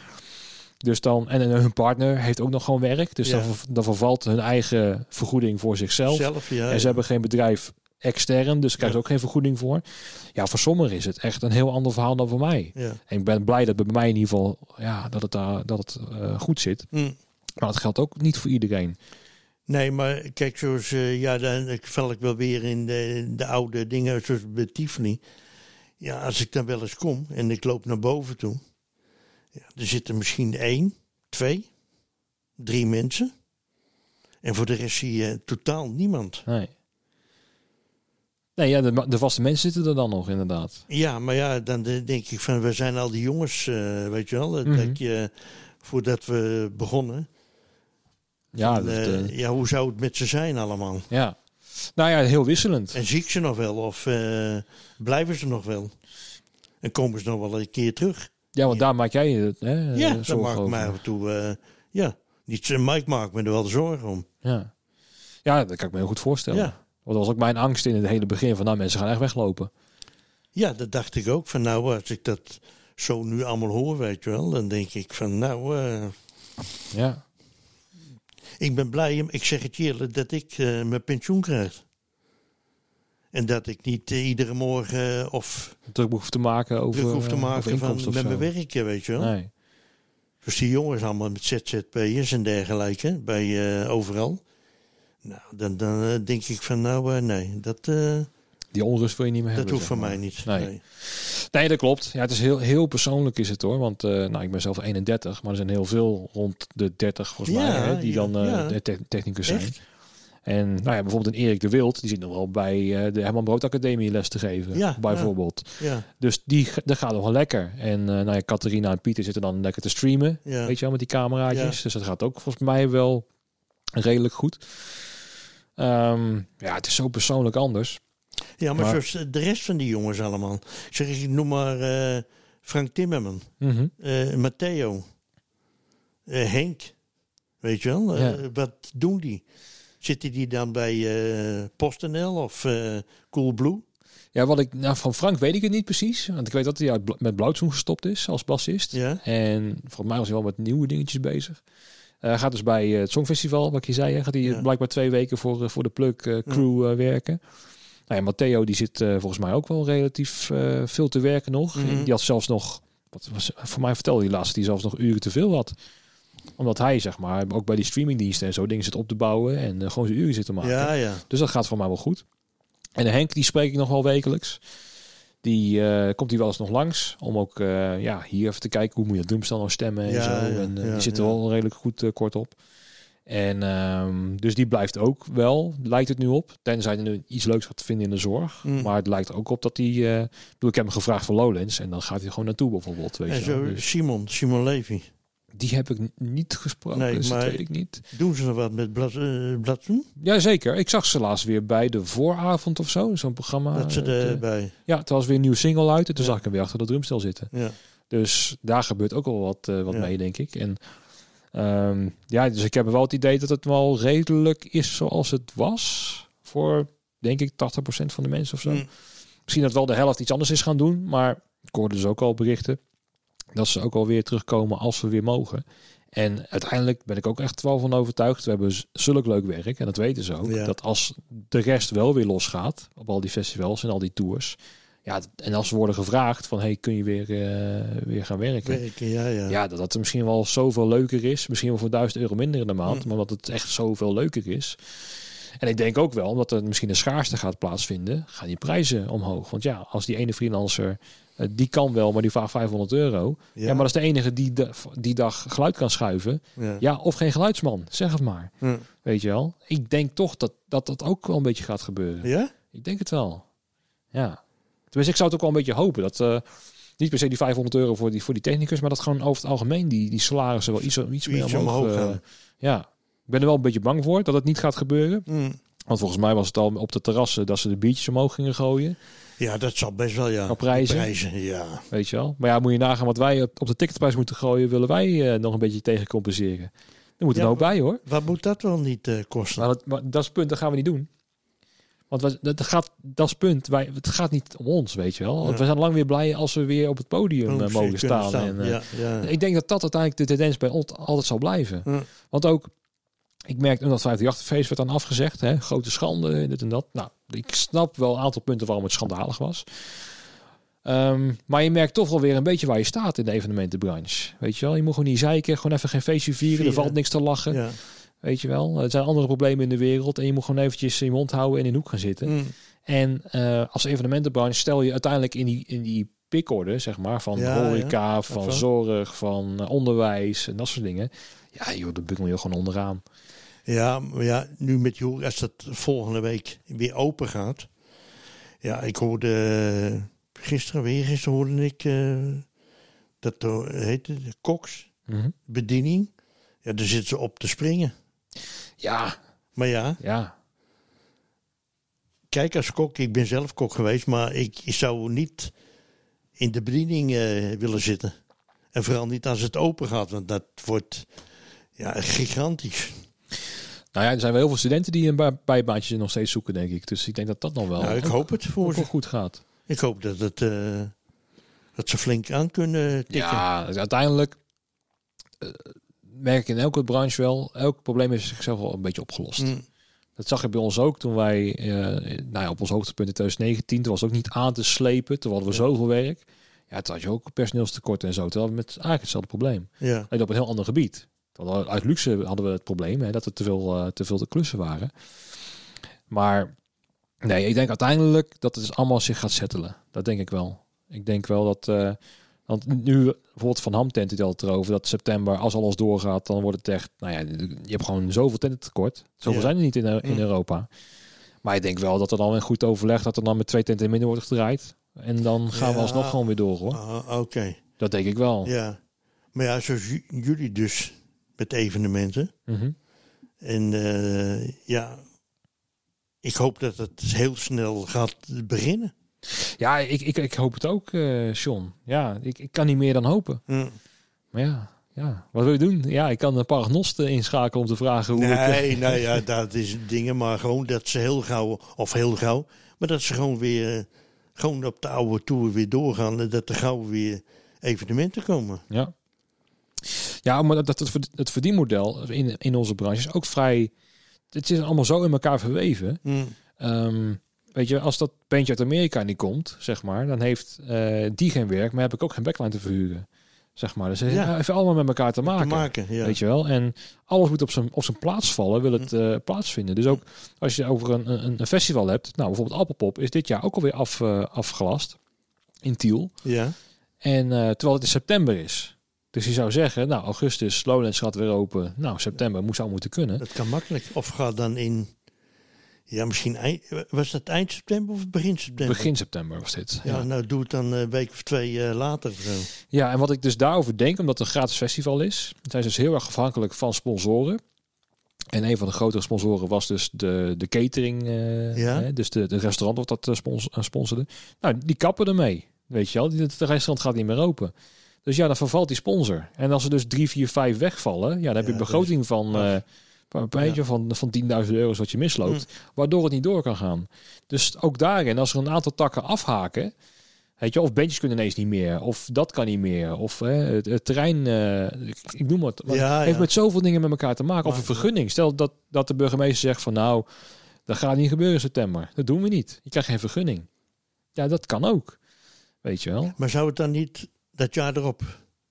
Speaker 1: Dus dan, en hun partner heeft ook nog gewoon werk. Dus
Speaker 2: Ja.
Speaker 1: dan, ver- dan vervalt hun eigen vergoeding voor zichzelf.
Speaker 2: zelf, ja.
Speaker 1: en ze hebben geen bedrijf extern, dus krijgen ze
Speaker 2: Ja.
Speaker 1: ook geen vergoeding voor. Ja, voor sommigen is het echt een heel ander verhaal dan voor mij.
Speaker 2: ja.
Speaker 1: En ik ben blij dat bij mij in ieder geval, ja, dat het, daar dat het eh, goed zit.
Speaker 2: Hm.
Speaker 1: Maar dat geldt ook niet voor iedereen.
Speaker 2: Nee, maar kijk, zoals, eh, ja, dan eh, val ik wel weer in de, de oude dingen, zoals bij Tivoli. Ja, als ik dan wel eens kom en ik loop naar boven toe, ja, er zitten misschien één, twee, drie mensen. En voor de rest zie je totaal niemand.
Speaker 1: Nee. Nee, ja, de, ma- de vaste mensen zitten er dan nog inderdaad.
Speaker 2: Ja, maar ja, dan de- denk ik van, we zijn al die jongens, eh, weet je wel, eh,
Speaker 1: Mhm.
Speaker 2: dat je, voordat we begonnen.
Speaker 1: Ja,
Speaker 2: van,
Speaker 1: dat,
Speaker 2: eh,
Speaker 1: eh,
Speaker 2: ja, hoe zou het met ze zijn allemaal?
Speaker 1: Ja. Nou ja, heel wisselend.
Speaker 2: En zie ik ze nog wel? Of eh, blijven ze nog wel? En komen ze nog wel een keer terug?
Speaker 1: Ja, want daar maak jij je hè, eh,
Speaker 2: ja,
Speaker 1: zorgen
Speaker 2: dat maakt
Speaker 1: over.
Speaker 2: mij af en toe... eh, ja, niet, Mike maakt me er wel zorgen om.
Speaker 1: Ja. ja, dat kan ik me heel goed voorstellen.
Speaker 2: Ja.
Speaker 1: Want dat was ook mijn angst in het hele begin. Van nou, mensen gaan echt weglopen.
Speaker 2: ja, dat dacht ik ook. Van nou, als ik dat zo nu allemaal hoor, weet je wel... dan denk ik van nou... eh,
Speaker 1: Ja.
Speaker 2: ik ben blij, ik zeg het je eerlijk, dat ik eh, mijn pensioen krijg. En dat ik niet eh, iedere morgen eh, of
Speaker 1: Een Druk hoeft te maken over,
Speaker 2: druk hoef te
Speaker 1: eh, over
Speaker 2: maken van,
Speaker 1: inkomsten
Speaker 2: met
Speaker 1: of
Speaker 2: mijn
Speaker 1: zo.
Speaker 2: werken, weet je wel.
Speaker 1: Nee.
Speaker 2: Dus die jongens allemaal met ZZP'ers en dergelijke, bij eh, overal. Nou, dan, dan eh, denk ik van nou, eh, nee, dat, eh,
Speaker 1: Die onrust wil je niet meer
Speaker 2: dat
Speaker 1: hebben.
Speaker 2: hoeft
Speaker 1: zeg
Speaker 2: voor
Speaker 1: maar.
Speaker 2: mij niet.
Speaker 1: Nee.
Speaker 2: Nee.
Speaker 1: Nee, dat klopt. Ja, het is heel, heel persoonlijk is het hoor. Want eh, nou, ik ben zelf 31, maar er zijn heel veel rond de 30 volgens
Speaker 2: Ja,
Speaker 1: mij hè, die
Speaker 2: ja,
Speaker 1: dan eh,
Speaker 2: ja.
Speaker 1: de te- technicus zijn.
Speaker 2: Echt?
Speaker 1: En nou ja, bijvoorbeeld een Erik de Wild, die zit nog wel bij eh, de Herman Brood Academie les te geven,
Speaker 2: Ja,
Speaker 1: bijvoorbeeld.
Speaker 2: Ja,
Speaker 1: Dus die, g- dat gaat nog wel lekker. En eh nou ja, Catharina en Pieter zitten dan lekker te streamen.
Speaker 2: ja.
Speaker 1: Weet je wel, met die cameraatjes. Dus dat gaat ook volgens mij wel redelijk goed. Ehm, ja, het is zo persoonlijk anders.
Speaker 2: ja, maar,
Speaker 1: maar-
Speaker 2: zoals de rest van die jongens allemaal. Ik zeg, ik noem maar eh, Frank Timmerman,
Speaker 1: Mhm.
Speaker 2: eh, Matteo, eh, Henk, weet je wel. eh,
Speaker 1: Ja.
Speaker 2: Wat doen die? Zitten die dan bij eh, PostNL of eh, Coolblue?
Speaker 1: Ja, wat ik, nou, van Frank weet ik het niet precies. Want ik weet dat hij uit Bla- met Blauwzoen gestopt is als bassist.
Speaker 2: Ja,
Speaker 1: En volgens mij was hij wel met nieuwe dingetjes bezig. Eh, Hij gaat dus bij eh, het Songfestival, wat ik je zei. hè, gaat hij
Speaker 2: Ja.
Speaker 1: blijkbaar twee weken voor, eh, voor de Pluk eh, crew eh, werken. Nou ja, Matteo die zit eh, volgens mij ook wel relatief eh, veel te werken nog.
Speaker 2: Mhm.
Speaker 1: Die had zelfs nog, wat was, voor mij vertelde hij laatst, dat hij zelfs nog uren te veel had. Omdat hij zeg maar ook bij die streamingdiensten en zo dingen zit op te bouwen en eh, gewoon zijn uren zit te maken.
Speaker 2: ja, ja.
Speaker 1: Dus dat gaat voor mij wel goed. En Henk, die spreek ik nog wel wekelijks. Die eh, komt hier wel eens nog langs. Om ook eh, ja, hier even te kijken hoe moet je dat drumstel nou stemmen en
Speaker 2: Ja,
Speaker 1: zo.
Speaker 2: ja,
Speaker 1: en eh,
Speaker 2: ja,
Speaker 1: die zit
Speaker 2: ja.
Speaker 1: er wel redelijk goed eh, kort op. En ehm, dus die blijft ook wel, lijkt het nu op. Tenzij hij nu iets leuks gaat vinden in de zorg.
Speaker 2: Mm.
Speaker 1: Maar het lijkt ook op dat hij... eh, ik bedoel, ik heb hem gevraagd voor Lowlands. En dan gaat hij gewoon naartoe bijvoorbeeld. Weet
Speaker 2: En
Speaker 1: je wel.
Speaker 2: zo
Speaker 1: Dus
Speaker 2: Simon, Simon Levy.
Speaker 1: Die heb ik n- niet gesproken,
Speaker 2: Nee,
Speaker 1: dus
Speaker 2: maar-
Speaker 1: dat weet ik niet.
Speaker 2: Doen ze nog wat met blad, eh, Bladzoen?
Speaker 1: Jazeker, ik zag ze laatst weer bij de vooravond of zo. Zo'n programma.
Speaker 2: dat ze
Speaker 1: eh,
Speaker 2: erbij.
Speaker 1: Ja, het was weer een nieuwe single uit. En toen
Speaker 2: Ja.
Speaker 1: zag ik hem weer achter dat drumstel zitten.
Speaker 2: Ja.
Speaker 1: Dus daar gebeurt ook al wat, eh, wat
Speaker 2: Ja.
Speaker 1: mee, denk ik. En ehm, ja, dus ik heb wel het idee dat het wel redelijk is zoals het was. Voor, denk ik, 80% van de mensen of zo.
Speaker 2: Mm.
Speaker 1: Misschien dat wel de helft iets anders is gaan doen. Maar ik hoorde dus ook al berichten dat ze ook alweer terugkomen als we weer mogen. En uiteindelijk ben ik ook echt wel van overtuigd. We hebben z- zulk leuk werk. En dat weten ze ook.
Speaker 2: Ja.
Speaker 1: Dat als de rest wel weer losgaat. Op al die festivals en al die tours. Ja, d- en als ze worden gevraagd van... Hey, kun je weer, eh, weer gaan werken?
Speaker 2: Werken, ja, ja.
Speaker 1: Ja, dat dat er misschien wel zoveel leuker is. Misschien wel voor 1000 euro minder in de maand. Maar dat het echt zoveel leuker is. En ik denk ook wel, omdat er misschien een schaarste gaat plaatsvinden, gaan die prijzen omhoog. Want ja, als die ene freelancer, eh, die kan wel, maar die vraagt 500 euro. Ja, maar dat is de enige die da- die dag geluid kan schuiven.
Speaker 2: ja. Hm.
Speaker 1: Ja, of geen geluidsman, zeg het maar.
Speaker 2: Ja.
Speaker 1: Weet je wel? Ik denk toch dat dat, dat ook wel een beetje gaat gebeuren.
Speaker 2: Ja?
Speaker 1: Ik denk het wel. Ja. Tenminste, ik zou het ook wel een beetje hopen dat. eh, niet per se die 500 euro voor die, voor die technicus, maar dat gewoon over het algemeen die, die salarissen wel iets, iets meer
Speaker 2: Iets
Speaker 1: omhoog,
Speaker 2: omhoog
Speaker 1: eh,
Speaker 2: gaan.
Speaker 1: ja. Ik ben er wel een beetje bang voor dat het niet gaat gebeuren.
Speaker 2: Hm.
Speaker 1: Want volgens mij was het al op de terrassen dat ze de biertjes omhoog gingen gooien.
Speaker 2: ja, dat zal best wel, ja.
Speaker 1: Op prijzen.
Speaker 2: ja.
Speaker 1: Weet je wel. Maar ja, moet je nagaan wat wij op op de ticketprijs moeten gooien, willen wij eh, nog een beetje tegen compenseren. Er moet er
Speaker 2: Ja,
Speaker 1: nou bij hoor.
Speaker 2: Wat moet dat wel niet eh, kosten?
Speaker 1: Maar dat, maar dat is het punt, dat gaan we niet doen. Want wij- dat, gaat, dat is het punt. Wij, het gaat niet om ons, weet je wel. Want
Speaker 2: Ja. Oh,
Speaker 1: We zijn lang weer blij als we weer op het podium eh,
Speaker 2: Kunnen
Speaker 1: mogen staan. En, eh,
Speaker 2: ja, ja.
Speaker 1: Ik denk dat dat uiteindelijk de tendens bij ons altijd zal blijven.
Speaker 2: Ja.
Speaker 1: Want ook, ik merkte omdat 538-feest werd dan afgezegd. Hè, grote schande, dit en dat. Nou, ik snap wel een aantal punten waarom het schandalig was. Ehm, maar je merkt toch wel weer een beetje waar je staat in de evenementenbranche. Weet je wel, je moet gewoon niet zeiken. Gewoon even geen feestje vieren.
Speaker 2: Vieren.
Speaker 1: Er valt niks te lachen.
Speaker 2: ja.
Speaker 1: Weet je wel, er zijn andere problemen in de wereld en je moet gewoon eventjes je mond houden en in een hoek gaan zitten.
Speaker 2: Hm.
Speaker 1: En eh, als evenementenbranche stel je uiteindelijk in die, in die pikorde, zeg maar, van
Speaker 2: Ja, ja.
Speaker 1: horeca, van
Speaker 2: Even.
Speaker 1: zorg, van eh, onderwijs en dat soort dingen. Ja joh, dat bungel je gewoon onderaan.
Speaker 2: Ja, maar ja, nu met Joer, als dat volgende week weer open gaat. Ja, ik hoorde eh, gisteren weer, gisteren hoorde ik eh, dat eh, heette de koks,
Speaker 1: Mhm.
Speaker 2: bediening. Ja, daar zitten ze op te springen.
Speaker 1: Ja,
Speaker 2: Maar ja,
Speaker 1: ja.
Speaker 2: kijk als kok, ik ben zelf kok geweest, maar ik, zou niet in de bediening eh, willen zitten. En vooral niet als het open gaat, want dat wordt ja, gigantisch.
Speaker 1: Nou ja, er zijn wel heel veel studenten die een ba- bijbaantje nog steeds zoeken, denk ik. Dus ik denk dat dat nog wel,
Speaker 2: Nou, ik
Speaker 1: ook-
Speaker 2: hoop het
Speaker 1: ook
Speaker 2: voor
Speaker 1: wel
Speaker 2: ze.
Speaker 1: goed gaat.
Speaker 2: Ik hoop dat, het, eh, dat ze flink aan kunnen tikken.
Speaker 1: Ja, dus uiteindelijk eh, merk ik in elke branche wel, elk probleem is zichzelf wel een beetje opgelost.
Speaker 2: Mm.
Speaker 1: Dat zag je bij ons ook toen wij eh, nou ja, op ons hoogtepunt in 2019, toen was het ook niet aan te slepen, toen hadden we
Speaker 2: Ja.
Speaker 1: zoveel werk. Ja, toen had je ook personeelstekort en zo. Toen hadden we met eigenlijk hetzelfde probleem.
Speaker 2: Ja,
Speaker 1: Alleen op een heel ander gebied. Terwijl Uit luxe hadden we het probleem hè, dat er te veel, eh, te veel te klussen waren. Maar nee, ik denk uiteindelijk dat het dus allemaal zich gaat settelen. Dat denk ik wel. Ik denk wel dat. eh, want nu, bijvoorbeeld Van Ham tent het altijd erover dat september, als alles doorgaat, dan wordt het echt. Nou ja, je hebt gewoon zoveel tenten tekort. Zoveel
Speaker 2: Ja.
Speaker 1: zijn er niet in, eh, in
Speaker 2: Mm.
Speaker 1: Europa. Maar ik denk wel dat er dan een goed overleg, dat er dan met twee tenten minder wordt gedraaid. En dan gaan we
Speaker 2: Ja.
Speaker 1: alsnog gewoon weer door hoor. Oh.
Speaker 2: Ah, oké.
Speaker 1: Dat denk ik wel.
Speaker 2: Ja. Maar ja, zoals j- jullie dus met evenementen.
Speaker 1: Mhm.
Speaker 2: En eh, ja, ik hoop dat het heel snel gaat beginnen.
Speaker 1: Ja, ik, ik, ik hoop het ook, eh John. Ja, ik, ik kan niet meer dan hopen.
Speaker 2: Mm.
Speaker 1: Maar ja, ja, wat wil je doen? Ja, ik kan een paragnost eh, inschakelen om te vragen hoe het... eh,
Speaker 2: Nee, nou ja, dat is dingen. Maar gewoon dat ze heel gauw, of heel gauw, maar dat ze gewoon weer, eh, gewoon op de oude tour weer doorgaan. En dat er gauw weer evenementen komen.
Speaker 1: Ja. Ja, maar dat, dat het verd- het verdienmodel in, in onze branche is ook vrij... Het is allemaal zo in elkaar verweven.
Speaker 2: Mm.
Speaker 1: Ehm, weet je, als dat bandje uit Amerika niet komt, zeg maar... dan heeft eh, die geen werk, maar heb ik ook geen backline te verhuren. Zeg maar. Dus het
Speaker 2: Ja.
Speaker 1: heeft allemaal met elkaar te
Speaker 2: Te
Speaker 1: maken.
Speaker 2: maken, ja.
Speaker 1: Weet je wel? En alles moet op zijn, op zijn plaats vallen, wil het
Speaker 2: Mm.
Speaker 1: eh, plaatsvinden. Dus ook als je over een, een, een festival hebt, nou bijvoorbeeld Appelpop is dit jaar ook alweer af, eh, afgelast in Tiel.
Speaker 2: Ja,
Speaker 1: En eh, terwijl het in september is. Dus je zou zeggen, nou augustus, Lowlands gaat weer open. Nou, september moest zou moeten kunnen.
Speaker 2: dat kan makkelijk. Of ga dan in Ja, misschien ei- was dat eind september of begin september?
Speaker 1: Begin september was dit.
Speaker 2: Ja, nou doe het dan eh, een week of twee eh, later. of Zo.
Speaker 1: Ja, en wat ik dus daarover denk, omdat het een gratis festival is, zijn ze dus heel erg afhankelijk van sponsoren. En een van de grotere sponsoren was dus de, de catering, eh,
Speaker 2: Ja.
Speaker 1: hè, dus de, de restaurant of dat eh, spons- eh, sponsorde. Nou, die kappen ermee, weet je wel. Die- Het restaurant gaat niet meer open. Dus ja, dan vervalt die sponsor. En als er dus drie, vier, vijf wegvallen, ja, dan heb je
Speaker 2: Ja, Hm.
Speaker 1: een begroting van,
Speaker 2: ach.
Speaker 1: eh een beetje van, van 10.000 euro's wat je misloopt, waardoor het niet door kan gaan. Dus ook daarin, als er een aantal takken afhaken, Weet je, of bandjes kunnen ineens niet meer, of dat kan niet meer, of hè, het, het terrein, eh, ik, ik noem het, maar
Speaker 2: Ja,
Speaker 1: het heeft
Speaker 2: ja.
Speaker 1: met zoveel dingen met elkaar te maken. Of
Speaker 2: Maar-
Speaker 1: een vergunning. Stel dat, dat de burgemeester zegt van nou, dat gaat niet gebeuren in september. Dat doen we niet. Je krijgt geen vergunning. Ja, dat kan ook. Weet je wel.
Speaker 2: Maar zou het dan niet dat jaar erop?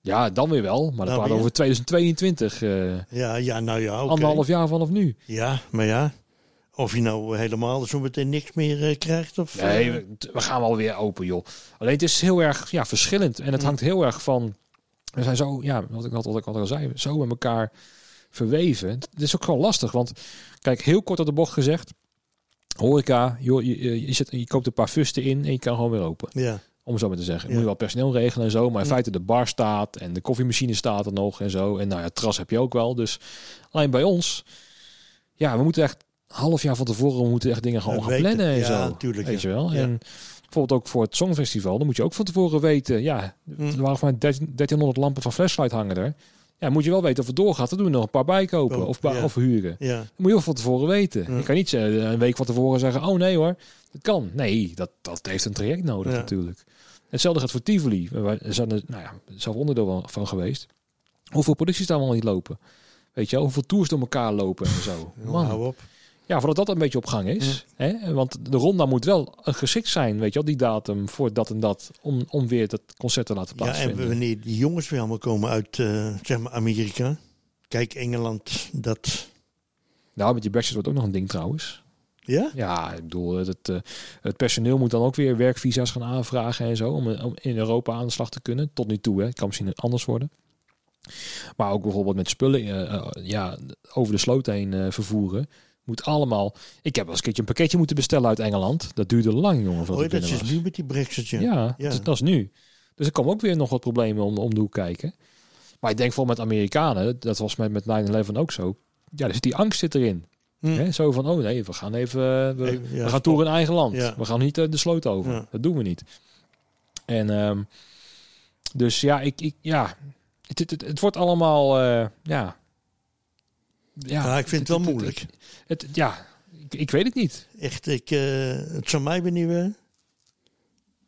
Speaker 1: Ja, dan weer wel, maar
Speaker 2: Dan
Speaker 1: dan praten we
Speaker 2: weer.
Speaker 1: over 2022. eh,
Speaker 2: Ja, ja nou ja, oké.
Speaker 1: Anderhalf jaar vanaf nu.
Speaker 2: Ja, maar ja. Of je nou helemaal zometeen niks meer eh, krijgt? Of,
Speaker 1: Nee,
Speaker 2: eh,
Speaker 1: we, we gaan wel weer open, joh. Alleen het is heel erg ja, verschillend.
Speaker 2: Mm.
Speaker 1: En het hangt heel erg van... We zijn zo, ja, wat ik, al- wat ik al zei, zo met elkaar verweven. Het is ook gewoon lastig, want kijk, heel kort op de bocht gezegd. Horeca, joh, je, je, je, zet, je koopt een paar fusten in en je kan gewoon weer open.
Speaker 2: ja.
Speaker 1: Om het zo maar te zeggen.
Speaker 2: Ja.
Speaker 1: Moet je wel personeel regelen en zo. Maar in
Speaker 2: Ja.
Speaker 1: feite de bar staat en de koffiemachine staat er nog en zo. En nou ja, het terras heb je ook wel. Dus alleen bij ons, ja, we moeten echt een half jaar van tevoren we moeten echt dingen gewoon
Speaker 2: We
Speaker 1: gaan
Speaker 2: weten.
Speaker 1: plannen en
Speaker 2: Ja,
Speaker 1: zo.
Speaker 2: natuurlijk,
Speaker 1: Weet
Speaker 2: ja.
Speaker 1: je wel.
Speaker 2: Ja.
Speaker 1: En bijvoorbeeld ook voor het Songfestival, dan moet je ook van tevoren weten. Ja,
Speaker 2: Hm.
Speaker 1: er waren voor mij 13 1300 lampen van flashlight hangen er. Ja, moet je wel weten of het doorgaat. Dan doen we nog een paar bijkopen
Speaker 2: Oh,
Speaker 1: of, ba-
Speaker 2: ja.
Speaker 1: of huren.
Speaker 2: ja.
Speaker 1: Dat moet je wel van tevoren weten.
Speaker 2: Ja.
Speaker 1: Je kan niet eh, een week van tevoren zeggen, oh nee hoor, dat kan. Nee, dat, dat heeft een traject nodig
Speaker 2: Ja.
Speaker 1: natuurlijk. Hetzelfde gaat voor Tivoli. Wij zijn er nou ja, zelf onderdeel wel van geweest. Hoeveel producties daar wel niet lopen. Weet je wel, hoeveel tours door elkaar lopen en zo.
Speaker 2: Man.
Speaker 1: Man.
Speaker 2: Nou, Hou op.
Speaker 1: Ja, voordat dat een beetje op gang is. Hè? Want de ronda moet wel geschikt zijn, weet je wel, die datum voor dat en dat. Om, om weer dat concert te laten
Speaker 2: Ja, en
Speaker 1: plaatsvinden.
Speaker 2: wanneer die jongens weer allemaal komen uit eh, zeg maar Amerika. Kijk, Engeland, dat...
Speaker 1: Nou, met die Brexit wordt ook nog een ding trouwens.
Speaker 2: Ja?
Speaker 1: Ja, ik bedoel, het, eh, het personeel moet dan ook weer werkvisa's gaan aanvragen en zo. Om, om in Europa aan de slag te kunnen. Tot nu toe, hè. Het kan misschien anders worden. Maar ook bijvoorbeeld met spullen eh, eh, ja, over de sloot heen eh, vervoeren. Moet allemaal. Ik heb wel eens een keertje een pakketje moeten bestellen uit Engeland. Dat duurde lang, jongen. voordat
Speaker 2: Oh,
Speaker 1: het
Speaker 2: dat
Speaker 1: binnen
Speaker 2: is
Speaker 1: was.
Speaker 2: nu met die brexit, ja.
Speaker 1: Ja,
Speaker 2: Ja.
Speaker 1: Dat, dat is nu. Dus er komen ook weer nog wat problemen om, om de hoek kijken. Maar ik denk vooral met Amerikanen, dat was met, met 9-11 ook zo. Ja, dus die angst zit erin.
Speaker 2: Hm.
Speaker 1: Hè? Zo van, oh nee, we gaan even... eh, we,
Speaker 2: Even, ja,
Speaker 1: we gaan
Speaker 2: stop.
Speaker 1: toeren in eigen land.
Speaker 2: Ja.
Speaker 1: We gaan niet eh, de sloot over.
Speaker 2: Ja.
Speaker 1: Dat doen we niet. En ehm, dus ja, ik, ik, ja het, het, het, het wordt allemaal... eh, ja. ja,
Speaker 2: Ja, ik vind het wel moeilijk.
Speaker 1: het- het- ja, ik, ik weet het niet.
Speaker 2: Echt, ik, eh, het zou mij benieuwen.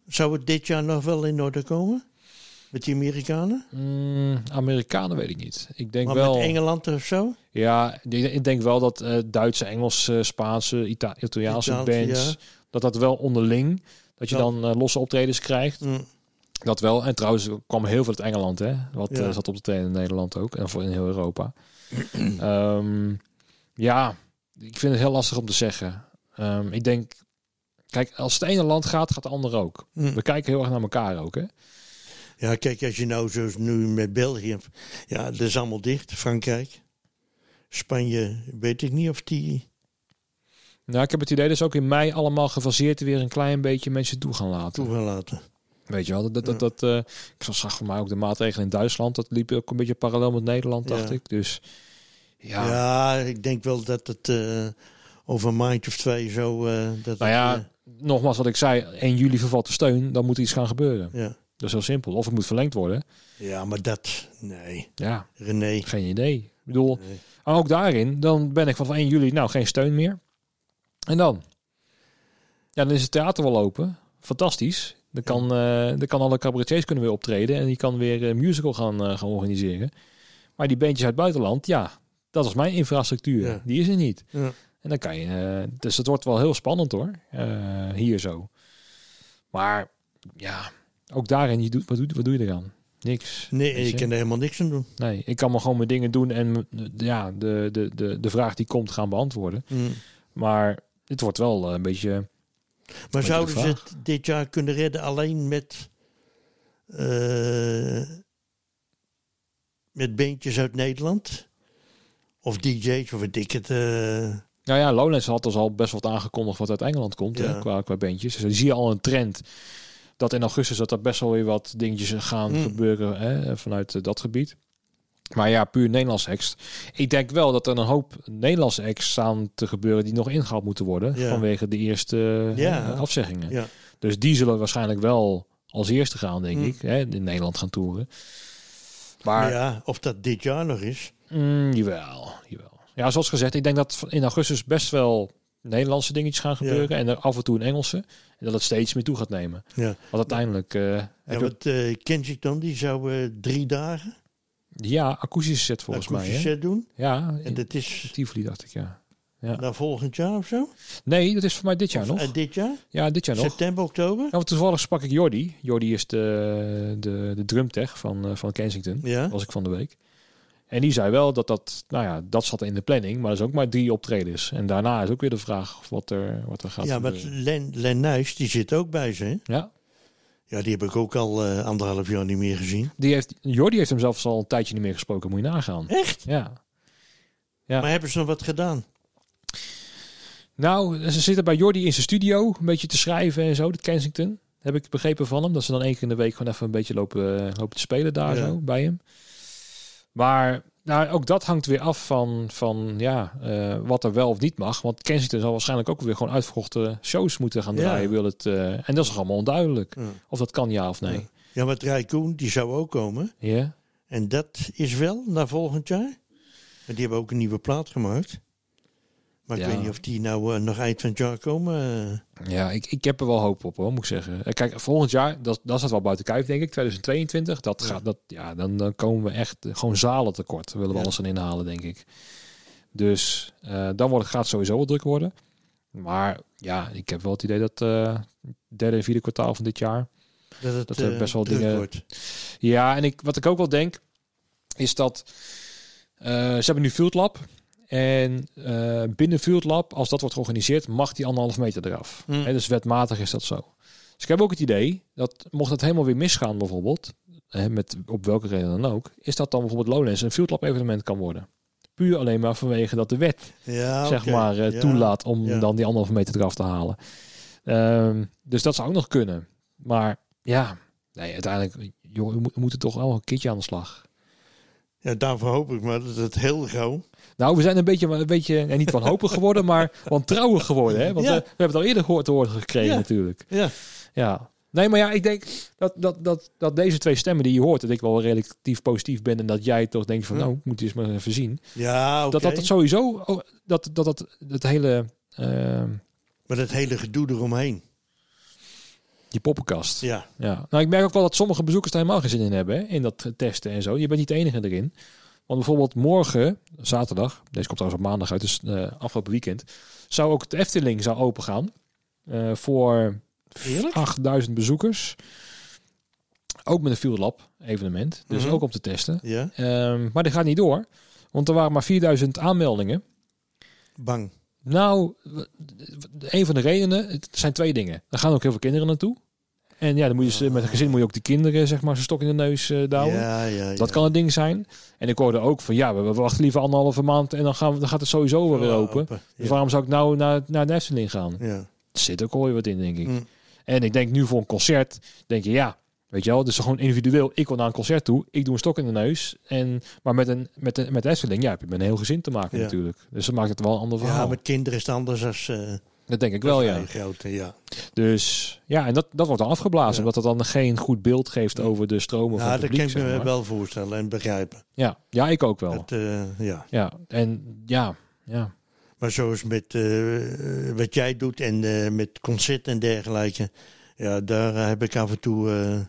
Speaker 2: Zou het dit jaar nog wel in orde komen? Met die Amerikanen?
Speaker 1: Mm, Amerikanen weet ik niet. Ik denk
Speaker 2: maar
Speaker 1: wel...
Speaker 2: met Engeland of zo?
Speaker 1: Ja, ik denk- ik denk wel dat eh, Duitse, Engelse, Spaanse, Ita- Italiaanse
Speaker 2: Italië,
Speaker 1: bands... dat dat wel onderling... dat je
Speaker 2: Ja.
Speaker 1: dan eh, losse optredens krijgt.
Speaker 2: Hm.
Speaker 1: Dat wel. En trouwens er kwam heel veel uit Engeland, hè? Wat
Speaker 2: Ja.
Speaker 1: eh, zat op de teen in Nederland ook. En voor in heel Europa. Ehm, ja, ik vind het heel lastig om te zeggen. Ehm, ik denk, kijk, als het ene land gaat, gaat het andere ook.
Speaker 2: Hm.
Speaker 1: We kijken heel erg naar elkaar ook, hè?
Speaker 2: Ja, kijk, als je nou zoals nu met België... Ja, dat is allemaal dicht, Frankrijk. Spanje, weet ik niet of die...
Speaker 1: Nou, ik heb het idee dat ze ook in mei allemaal gefaseerd weer een klein beetje mensen toe gaan laten.
Speaker 2: toe gaan laten.
Speaker 1: Weet je wel, dat, dat, dat, dat, eh, ik zag voor mij ook de maatregelen in Duitsland. Dat liep ook een beetje parallel met Nederland, dacht
Speaker 2: Ja.
Speaker 1: ik. Dus
Speaker 2: Ja. ik denk wel dat het eh, over een maand of twee zo... eh, dat
Speaker 1: Nou ja,
Speaker 2: het,
Speaker 1: nogmaals wat ik zei, 1 juli vervalt de steun, dan moet iets gaan gebeuren.
Speaker 2: eh, ja.
Speaker 1: Dat is heel simpel. Of het moet verlengd worden.
Speaker 2: ja, maar dat... Nee,
Speaker 1: Ja,
Speaker 2: René.
Speaker 1: geen idee. Ik bedoel,
Speaker 2: Nee.
Speaker 1: maar ook daarin, dan ben ik vanaf 1 juli, nou geen steun meer. En dan? Ja, dan is het theater wel open. Fantastisch. Dan kan, eh, dan kan alle cabaretiers kunnen weer optreden en je kan weer een musical gaan, eh, gaan organiseren. Maar die bandjes uit het buitenland, ja, dat was mijn infrastructuur.
Speaker 2: Ja.
Speaker 1: Die is er niet.
Speaker 2: Ja.
Speaker 1: En dan kan je. eh, dus het wordt wel heel spannend hoor. eh, hier zo. Maar ja, ook daarin, je doet, wat, doe, wat doe je eraan? Niks.
Speaker 2: Nee,
Speaker 1: Weet
Speaker 2: ik
Speaker 1: je?
Speaker 2: kan er helemaal niks aan doen.
Speaker 1: Nee, ik kan maar gewoon mijn dingen doen en eh, ja, de, de, de, de vraag die komt gaan beantwoorden.
Speaker 2: Hm.
Speaker 1: Maar het wordt wel eh, een beetje.
Speaker 2: Maar
Speaker 1: de
Speaker 2: zouden ze
Speaker 1: vraag.
Speaker 2: het dit jaar kunnen redden alleen met, eh, met beentjes uit Nederland? Of DJ's, of weet ik het. eh,
Speaker 1: Nou ja, Lowlands had dus al best wat aangekondigd wat uit Engeland komt
Speaker 2: Ja.
Speaker 1: hè, qua, qua bandjes. Dus dan zie je al een trend dat in augustus dat er best wel weer wat dingetjes gaan
Speaker 2: Mm.
Speaker 1: gebeuren hè, vanuit eh, dat gebied. Maar ja, puur Nederlandse acts. Ik denk wel dat er een hoop Nederlandse acts staan te gebeuren die nog ingehaald moeten worden
Speaker 2: Ja.
Speaker 1: vanwege de eerste eh,
Speaker 2: Ja.
Speaker 1: afzeggingen.
Speaker 2: Ja.
Speaker 1: Dus die zullen waarschijnlijk wel als eerste gaan, denk
Speaker 2: Mm.
Speaker 1: ik, hè, in Nederland gaan toeren. Maar
Speaker 2: ja, of dat dit jaar nog is.
Speaker 1: Mm, jawel, jawel. Ja, zoals gezegd, ik denk dat in augustus best wel Nederlandse dingetjes gaan gebeuren. En er af en toe een Engelse. En dat het steeds meer toe gaat nemen.
Speaker 2: Ja.
Speaker 1: Want uiteindelijk eh, heb
Speaker 2: Ja,
Speaker 1: je-
Speaker 2: want eh Kensington die zou eh, drie dagen
Speaker 1: ja, akoestische set volgens mij.
Speaker 2: akoestische
Speaker 1: Hè?
Speaker 2: set doen.
Speaker 1: Ja,
Speaker 2: En
Speaker 1: in
Speaker 2: dat is
Speaker 1: Tivoli dacht ik, ja. ja.
Speaker 2: naar volgend jaar of zo?
Speaker 1: Nee, dat is voor mij dit jaar
Speaker 2: Of,
Speaker 1: nog.
Speaker 2: eh, dit jaar?
Speaker 1: Ja, dit jaar nog.
Speaker 2: September, oktober?
Speaker 1: Ja, want toevallig sprak ik Jordi. Jordi is de, de, de drumtech van, eh, van Kensington.
Speaker 2: Ja.
Speaker 1: was ik van de week. En die zei wel dat dat, nou ja, dat zat in de planning, maar dat is ook maar drie optredens. En daarna is ook weer de vraag wat er, wat er gaat
Speaker 2: Ja, maar
Speaker 1: gebeuren.
Speaker 2: Len, Len Nijs, die zit ook bij ze. hè?
Speaker 1: Ja,
Speaker 2: Ja, die heb ik ook al eh, anderhalf jaar niet meer gezien.
Speaker 1: die heeft, Jordi heeft hem zelfs al een tijdje niet meer gesproken, moet je nagaan.
Speaker 2: Echt?
Speaker 1: Ja. Hm. Ja.
Speaker 2: Maar hebben ze nog wat gedaan?
Speaker 1: Nou, ze zitten bij Jordi in zijn studio, een beetje te schrijven en zo, dat Kensington. Heb ik begrepen van hem, dat ze dan één keer in de week gewoon even een beetje lopen, eh, lopen te spelen daar
Speaker 2: Ja.
Speaker 1: zo, bij hem. Maar nou, ook dat hangt weer af van, van ja, eh, wat er wel of niet mag. Want Kensington zal waarschijnlijk ook weer gewoon uitverkochte shows moeten gaan
Speaker 2: Ja.
Speaker 1: draaien. Wil het, eh, en dat is nog allemaal onduidelijk.
Speaker 2: Ja.
Speaker 1: Of dat kan ja of nee.
Speaker 2: Ja, want Rijkoen, die zou ook komen.
Speaker 1: Ja.
Speaker 2: En dat is wel naar volgend jaar. Maar die hebben ook een nieuwe plaat gemaakt. Maar ik
Speaker 1: Ja.
Speaker 2: weet niet of die nou eh, nog eind van het jaar komen. eh.
Speaker 1: Ja, ik, ik heb er wel hoop op hoor, moet ik zeggen. Eh, Kijk, volgend jaar, dat, dat staat wel buiten kijf, denk ik, 2022. Dat gaat, dat, ja, dan, dan komen we echt eh, gewoon zalen tekort. Willen we
Speaker 2: Ja.
Speaker 1: alles aan inhalen, denk ik. Dus eh, dan wordt, gaat het sowieso wel druk worden. Maar ja, ik heb wel het idee dat eh derde en vierde kwartaal van dit jaar.
Speaker 2: dat het
Speaker 1: Dat er
Speaker 2: eh,
Speaker 1: best wel
Speaker 2: druk
Speaker 1: dingen-
Speaker 2: wordt.
Speaker 1: Ja, en ik, wat ik ook wel denk, is dat eh, ze hebben nu Field Lab. En eh, binnen Field Lab, als dat wordt georganiseerd, mag die anderhalf meter eraf.
Speaker 2: Mm.
Speaker 1: Hè, dus wetmatig is dat zo. Dus ik heb ook het idee dat mocht dat helemaal weer misgaan bijvoorbeeld, hè, met op welke reden dan ook, is dat dan bijvoorbeeld Lowlands een Field Lab evenement kan worden. Puur alleen maar vanwege dat de wet
Speaker 2: Ja,
Speaker 1: zeg
Speaker 2: Ah, oké.
Speaker 1: maar, eh,
Speaker 2: Ja.
Speaker 1: toelaat om
Speaker 2: Ja.
Speaker 1: dan die anderhalve meter eraf te halen. Ehm, dus dat zou ook nog kunnen. Maar ja, nee, uiteindelijk, joh, we mo- we moeten toch allemaal een keertje aan de slag.
Speaker 2: Ja, daarvoor hoop ik maar dat het heel gauw.
Speaker 1: Nou, we zijn een beetje, een beetje en niet wanhopig geworden, maar wantrouwig geworden. Hè? Want
Speaker 2: Ja.
Speaker 1: eh, we, hebben het al eerder gehoord te horen gekregen
Speaker 2: Ja.
Speaker 1: natuurlijk.
Speaker 2: Ja,
Speaker 1: Ja. Nee, maar ja, ik denk dat, dat, dat, dat deze twee stemmen die je hoort, dat ik wel relatief positief ben en dat jij toch denkt van,
Speaker 2: Hm.
Speaker 1: nou, ik moet eens maar even zien.
Speaker 2: ja oké.
Speaker 1: Dat, dat het sowieso, oh, dat dat, dat, dat hele, ehm,
Speaker 2: Maar dat hele gedoe eromheen.
Speaker 1: die poppenkast.
Speaker 2: Ja,
Speaker 1: Ja, nou ik merk ook wel dat sommige bezoekers daar helemaal geen zin in hebben. Hè? In dat testen en zo. Je bent niet de enige erin. Want bijvoorbeeld morgen, zaterdag, deze komt trouwens op maandag uit, dus eh, afgelopen weekend, zou ook de Efteling zou opengaan eh, voor
Speaker 2: Heerlijk.
Speaker 1: 8000 bezoekers. Ook met een Field Lab evenement, dus
Speaker 2: Mhm.
Speaker 1: ook om te testen.
Speaker 2: ja.
Speaker 1: Ehm, maar die gaat niet door, want er waren maar 4000 aanmeldingen.
Speaker 2: Bang.
Speaker 1: Nou, w- w- een van de redenen, het zijn twee dingen. Er gaan ook heel veel kinderen naartoe. En ja, dan moet je ze, met een gezin moet je ook de kinderen zeg maar zo'n stok in de neus eh
Speaker 2: Ja,
Speaker 1: douwen.
Speaker 2: ja, ja.
Speaker 1: Dat kan een ding zijn. En ik hoorde ook van ja, we, we wachten liever anderhalve maand en dan, gaan we, dan gaat het sowieso wel weer
Speaker 2: Wel
Speaker 1: open. Dus
Speaker 2: Ja.
Speaker 1: waarom zou ik nou naar, naar de Efteling gaan?
Speaker 2: Oh, Ja.
Speaker 1: Er zit ook alweer wat in, denk ik.
Speaker 2: Mm.
Speaker 1: En ik denk nu voor een concert, denk je ja, weet je wel, dus gewoon individueel. Ik wil naar een concert toe, ik doe een stok in de neus. En, maar met, een, met, een, met de Efteling, ja, heb je met een heel gezin te maken
Speaker 2: Ja.
Speaker 1: natuurlijk. Dus dat maakt het wel een ander verhaal.
Speaker 2: ja, met kinderen is het anders als, eh
Speaker 1: Dat denk ik
Speaker 2: als
Speaker 1: wel, ja.
Speaker 2: wij grote, ja.
Speaker 1: Dus ja, en dat, dat wordt dan afgeblazen,
Speaker 2: Ja.
Speaker 1: omdat dat dan geen goed beeld geeft
Speaker 2: Ja.
Speaker 1: over de stromen van
Speaker 2: Ja,
Speaker 1: het
Speaker 2: Nou, dat kan
Speaker 1: publiek.
Speaker 2: ik me
Speaker 1: zeg maar.
Speaker 2: wel voorstellen en begrijpen.
Speaker 1: Ja, ja, ik ook wel.
Speaker 2: Dat, eh, ja.
Speaker 1: Ja, en ja, ja,
Speaker 2: Maar zoals met eh, wat jij doet en eh, met concert en dergelijke. Ja, daar heb ik af en toe eh,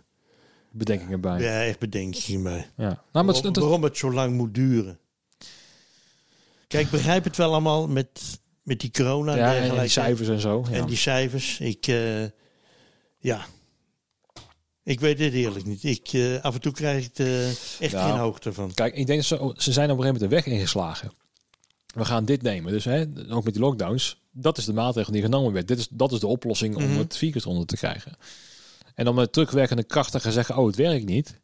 Speaker 1: bedenkingen bij. Ja.
Speaker 2: ja, echt bedenkingen bij.
Speaker 1: Nou, maar het,
Speaker 2: waarom,
Speaker 1: het-
Speaker 2: waarom het zo lang moet duren. Kijk, ik begrijp het wel allemaal met, met die corona en
Speaker 1: ja, en- en,
Speaker 2: dergelijke.
Speaker 1: die cijfers en zo. Ja.
Speaker 2: En die cijfers. Ik, eh, ja. Ik weet het eerlijk niet. Ik, eh, af en toe krijg ik er echt
Speaker 1: Nou.
Speaker 2: geen hoogte van.
Speaker 1: Kijk, ik denk dat ze, ze zijn op een gegeven moment de weg ingeslagen. We gaan dit nemen. Dus hè, ook met die lockdowns, dat is de maatregel die genomen werd. Dit is, dat is de oplossing om
Speaker 2: Mhm.
Speaker 1: het virus onder te krijgen. En dan met terugwerkende krachten gaan zeggen, oh, het werkt niet.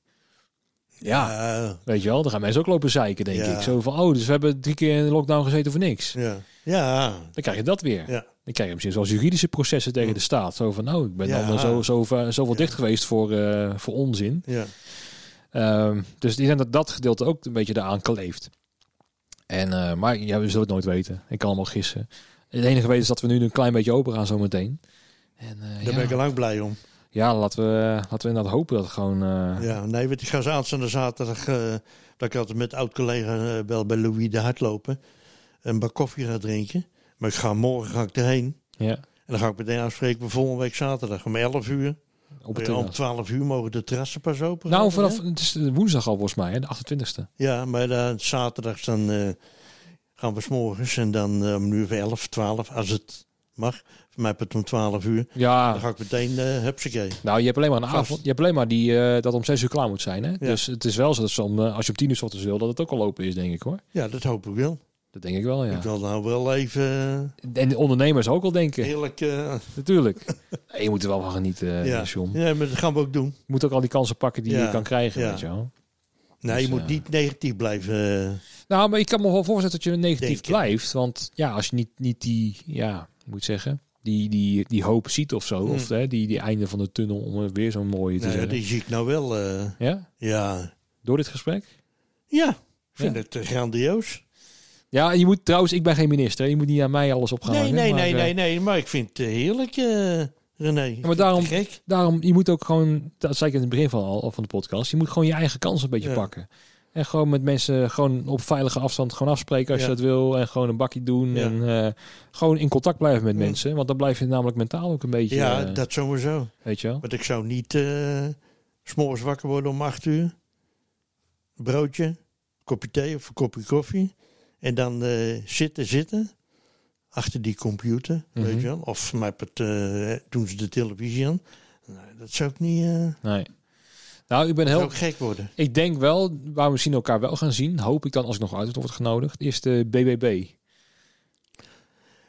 Speaker 1: Ja,
Speaker 2: Ja,
Speaker 1: weet je wel. Dan gaan mensen ook lopen zeiken, denk
Speaker 2: Ja.
Speaker 1: ik. Zo van, oh, dus we hebben drie keer in de lockdown gezeten voor niks.
Speaker 2: ja, ja,
Speaker 1: Dan krijg je dat weer.
Speaker 2: ja. Mm.
Speaker 1: Dan krijg je misschien zelfs juridische processen tegen de staat. Zo van, nou, ik ben
Speaker 2: Ja.
Speaker 1: allemaal zo, zo, ver- zoveel
Speaker 2: Ja.
Speaker 1: dicht geweest voor, eh, voor onzin.
Speaker 2: ja.
Speaker 1: Ehm, dus die zijn dat dat gedeelte ook een beetje eraan kleeft. En, eh, maar ja, we zullen het nooit weten. Ik kan allemaal gissen. Het enige weten is dat we nu een klein beetje open gaan zometeen. En, eh,
Speaker 2: Daar
Speaker 1: ja.
Speaker 2: ben ik al lang blij om.
Speaker 1: ja, laten we, laten we inderdaad hopen dat het gewoon... eh,
Speaker 2: Ja, nee, want ik ga ze aanstaande zaterdag, eh, dat ik altijd met oud-collega eh, wel bij Louis de Hart lopen. Een bak koffie gaan drinken. Maar ik ga morgen ga ik erheen.
Speaker 1: ja,
Speaker 2: En dan ga ik meteen afspreken voor volgende week zaterdag om 11 uur.
Speaker 1: op het
Speaker 2: Ja, om
Speaker 1: terras.
Speaker 2: 12 uur mogen de terrassen pas open.
Speaker 1: Nou,
Speaker 2: gaan,
Speaker 1: vanaf
Speaker 2: hè?
Speaker 1: het is woensdag al volgens mij, hè, de 28e.
Speaker 2: Ja, maar dan, zaterdags dan eh, gaan we 's morgens en dan eh, om nu uur of 11, 12, als het mag. Voor mij het om 12 uur. Dan
Speaker 1: Ja,
Speaker 2: ga ik meteen, eh hupsakee.
Speaker 1: nou, je hebt alleen maar een
Speaker 2: Vast.
Speaker 1: avond. Je hebt alleen maar die, eh, dat om 6 uur klaar moet zijn. Hè? Dus het is wel zo dat ze om, eh, als je om 10 uur 's ochtends wil, dat het ook al open is, denk ik hoor.
Speaker 2: Ja, dat hoop ik wel.
Speaker 1: Dat denk ik wel, ja.
Speaker 2: Ik wil nou wel even eh,
Speaker 1: En de ondernemers ook al denken.
Speaker 2: heerlijk... eh,
Speaker 1: Natuurlijk. Nee, je moet er wel van genieten, eh,
Speaker 2: ja.
Speaker 1: John.
Speaker 2: ja, maar dat gaan we ook doen.
Speaker 1: Je moet ook al die kansen pakken die
Speaker 2: Ja,
Speaker 1: je kan krijgen,
Speaker 2: ja.
Speaker 1: weet je wel.
Speaker 2: Nee,
Speaker 1: Dus,
Speaker 2: je moet
Speaker 1: eh,
Speaker 2: niet negatief blijven. eh,
Speaker 1: Nou, maar ik kan me wel voorstellen dat je negatief
Speaker 2: Denk ik.
Speaker 1: blijft. Want ja, als je niet, niet die, ja, hoe moet ik zeggen, die, die, die hoop ziet of zo.
Speaker 2: Hmm.
Speaker 1: Of hè, die, die einde van de tunnel, om er weer zo'n mooie te
Speaker 2: nou, ja,
Speaker 1: zeggen.
Speaker 2: die zie ik nou wel. eh,
Speaker 1: Ja?
Speaker 2: ja.
Speaker 1: Door dit gesprek?
Speaker 2: ja, ik vind
Speaker 1: Ja.
Speaker 2: het eh, grandioos.
Speaker 1: Ja, en je moet trouwens, ik ben geen minister. hè. Je moet niet aan mij alles op gaan
Speaker 2: Nee,
Speaker 1: hangen,
Speaker 2: nee,
Speaker 1: maar,
Speaker 2: nee,
Speaker 1: eh,
Speaker 2: nee, nee, maar ik vind het eh, heerlijk, eh, René. Ik vind het
Speaker 1: daarom-
Speaker 2: te gek.
Speaker 1: Daarom, je moet ook gewoon, dat zei ik in het begin van, al, van de podcast, je moet gewoon je eigen kans een beetje
Speaker 2: Ja.
Speaker 1: pakken. En gewoon met mensen gewoon op veilige afstand gewoon afspreken als
Speaker 2: Ja.
Speaker 1: je dat wil. En gewoon een bakje doen.
Speaker 2: Ja.
Speaker 1: En eh, gewoon in contact blijven met
Speaker 2: Mm.
Speaker 1: mensen. Want dan blijf je namelijk mentaal ook een beetje,
Speaker 2: Ja,
Speaker 1: eh,
Speaker 2: dat sowieso.
Speaker 1: weet je wel.
Speaker 2: Want ik zou niet eh, 's s'morgens wakker worden om acht uur. Broodje, kopje thee of een kopje koffie. En dan eh, zitten, zitten. Achter die computer,
Speaker 1: Mhm.
Speaker 2: weet je wel. Of mij het, eh, doen ze de televisie aan. Nee, dat zou ik niet... eh
Speaker 1: Nee. Nou, ik ben
Speaker 2: zou
Speaker 1: heel...
Speaker 2: ik gek worden.
Speaker 1: Ik denk wel, waar we misschien elkaar wel gaan zien, hoop ik dan als ik nog uit wordt genodigd, is de BBB.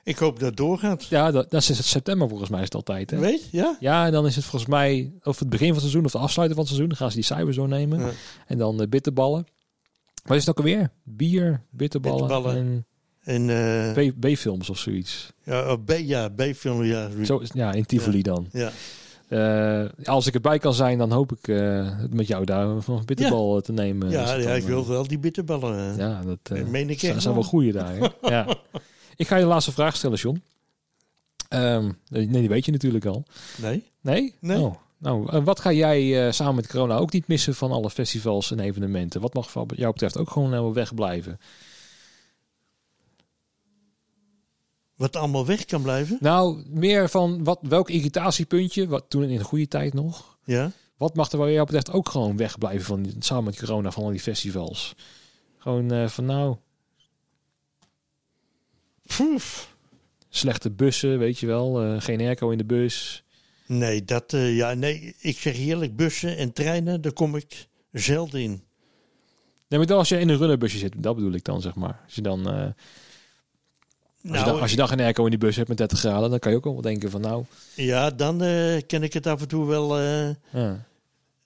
Speaker 2: Ik hoop dat het doorgaat.
Speaker 1: Ja, dat, dat is het september volgens mij is het altijd. Hè?
Speaker 2: Weet ja?
Speaker 1: Ja, en dan is het volgens mij, of het begin van het seizoen of het afsluiten van het seizoen, dan gaan ze die cyberzone nemen.
Speaker 2: Ja.
Speaker 1: En dan eh, bitterballen. Wat is het ook alweer? Bier, bitterballen,
Speaker 2: Bitterballen. En
Speaker 1: en
Speaker 2: eh,
Speaker 1: B- B-films of zoiets.
Speaker 2: ja, oh, B, ja, B-film, ja.
Speaker 1: Zo, is- ja, in Tivoli dan.
Speaker 2: Hm. Ja.
Speaker 1: Eh, als ik erbij kan zijn, dan hoop ik eh, het met jou daar van bitterbal eh, te nemen. Is
Speaker 2: Ja,
Speaker 1: het
Speaker 2: ja,
Speaker 1: dan,
Speaker 2: ik wil
Speaker 1: eh,
Speaker 2: wel die bitterballen. Ja,
Speaker 1: Ja, dat eh,
Speaker 2: meen ik
Speaker 1: zijn,
Speaker 2: echt
Speaker 1: zijn wel
Speaker 2: wel.
Speaker 1: goede daar. Hè? ja. Ik ga je de laatste vraag stellen, John. Ehm, nee, die weet je natuurlijk al.
Speaker 2: Nee?
Speaker 1: Nee?
Speaker 2: Nee.
Speaker 1: Oh. Nou, eh, wat ga jij eh, samen met corona ook niet missen van alle festivals en evenementen? Wat mag wat jou betreft ook gewoon helemaal wegblijven?
Speaker 2: Wat allemaal weg kan blijven.
Speaker 1: Nou, meer van wat, welk irritatiepuntje, wat toen in de goede tijd nog,
Speaker 2: Ja.
Speaker 1: wat mag er wat jou betreft ook gewoon wegblijven van, samen met corona van al die festivals? Gewoon eh, van nou,
Speaker 2: Pfoef.
Speaker 1: slechte bussen, weet je wel, eh, geen airco in de bus.
Speaker 2: Nee, dat, eh, ja, nee, ik zeg eerlijk, bussen en treinen, daar kom ik zelden in.
Speaker 1: Nee, maar dan als je in een runnerbusje zit, dat bedoel ik dan, zeg maar. Als je dan, eh, als,
Speaker 2: Nou,
Speaker 1: je dan, als je dan geen airco in die bus hebt met 30 graden, dan kan je ook wel denken van nou...
Speaker 2: ja, dan eh, kan ik het af en toe wel eh,
Speaker 1: ja.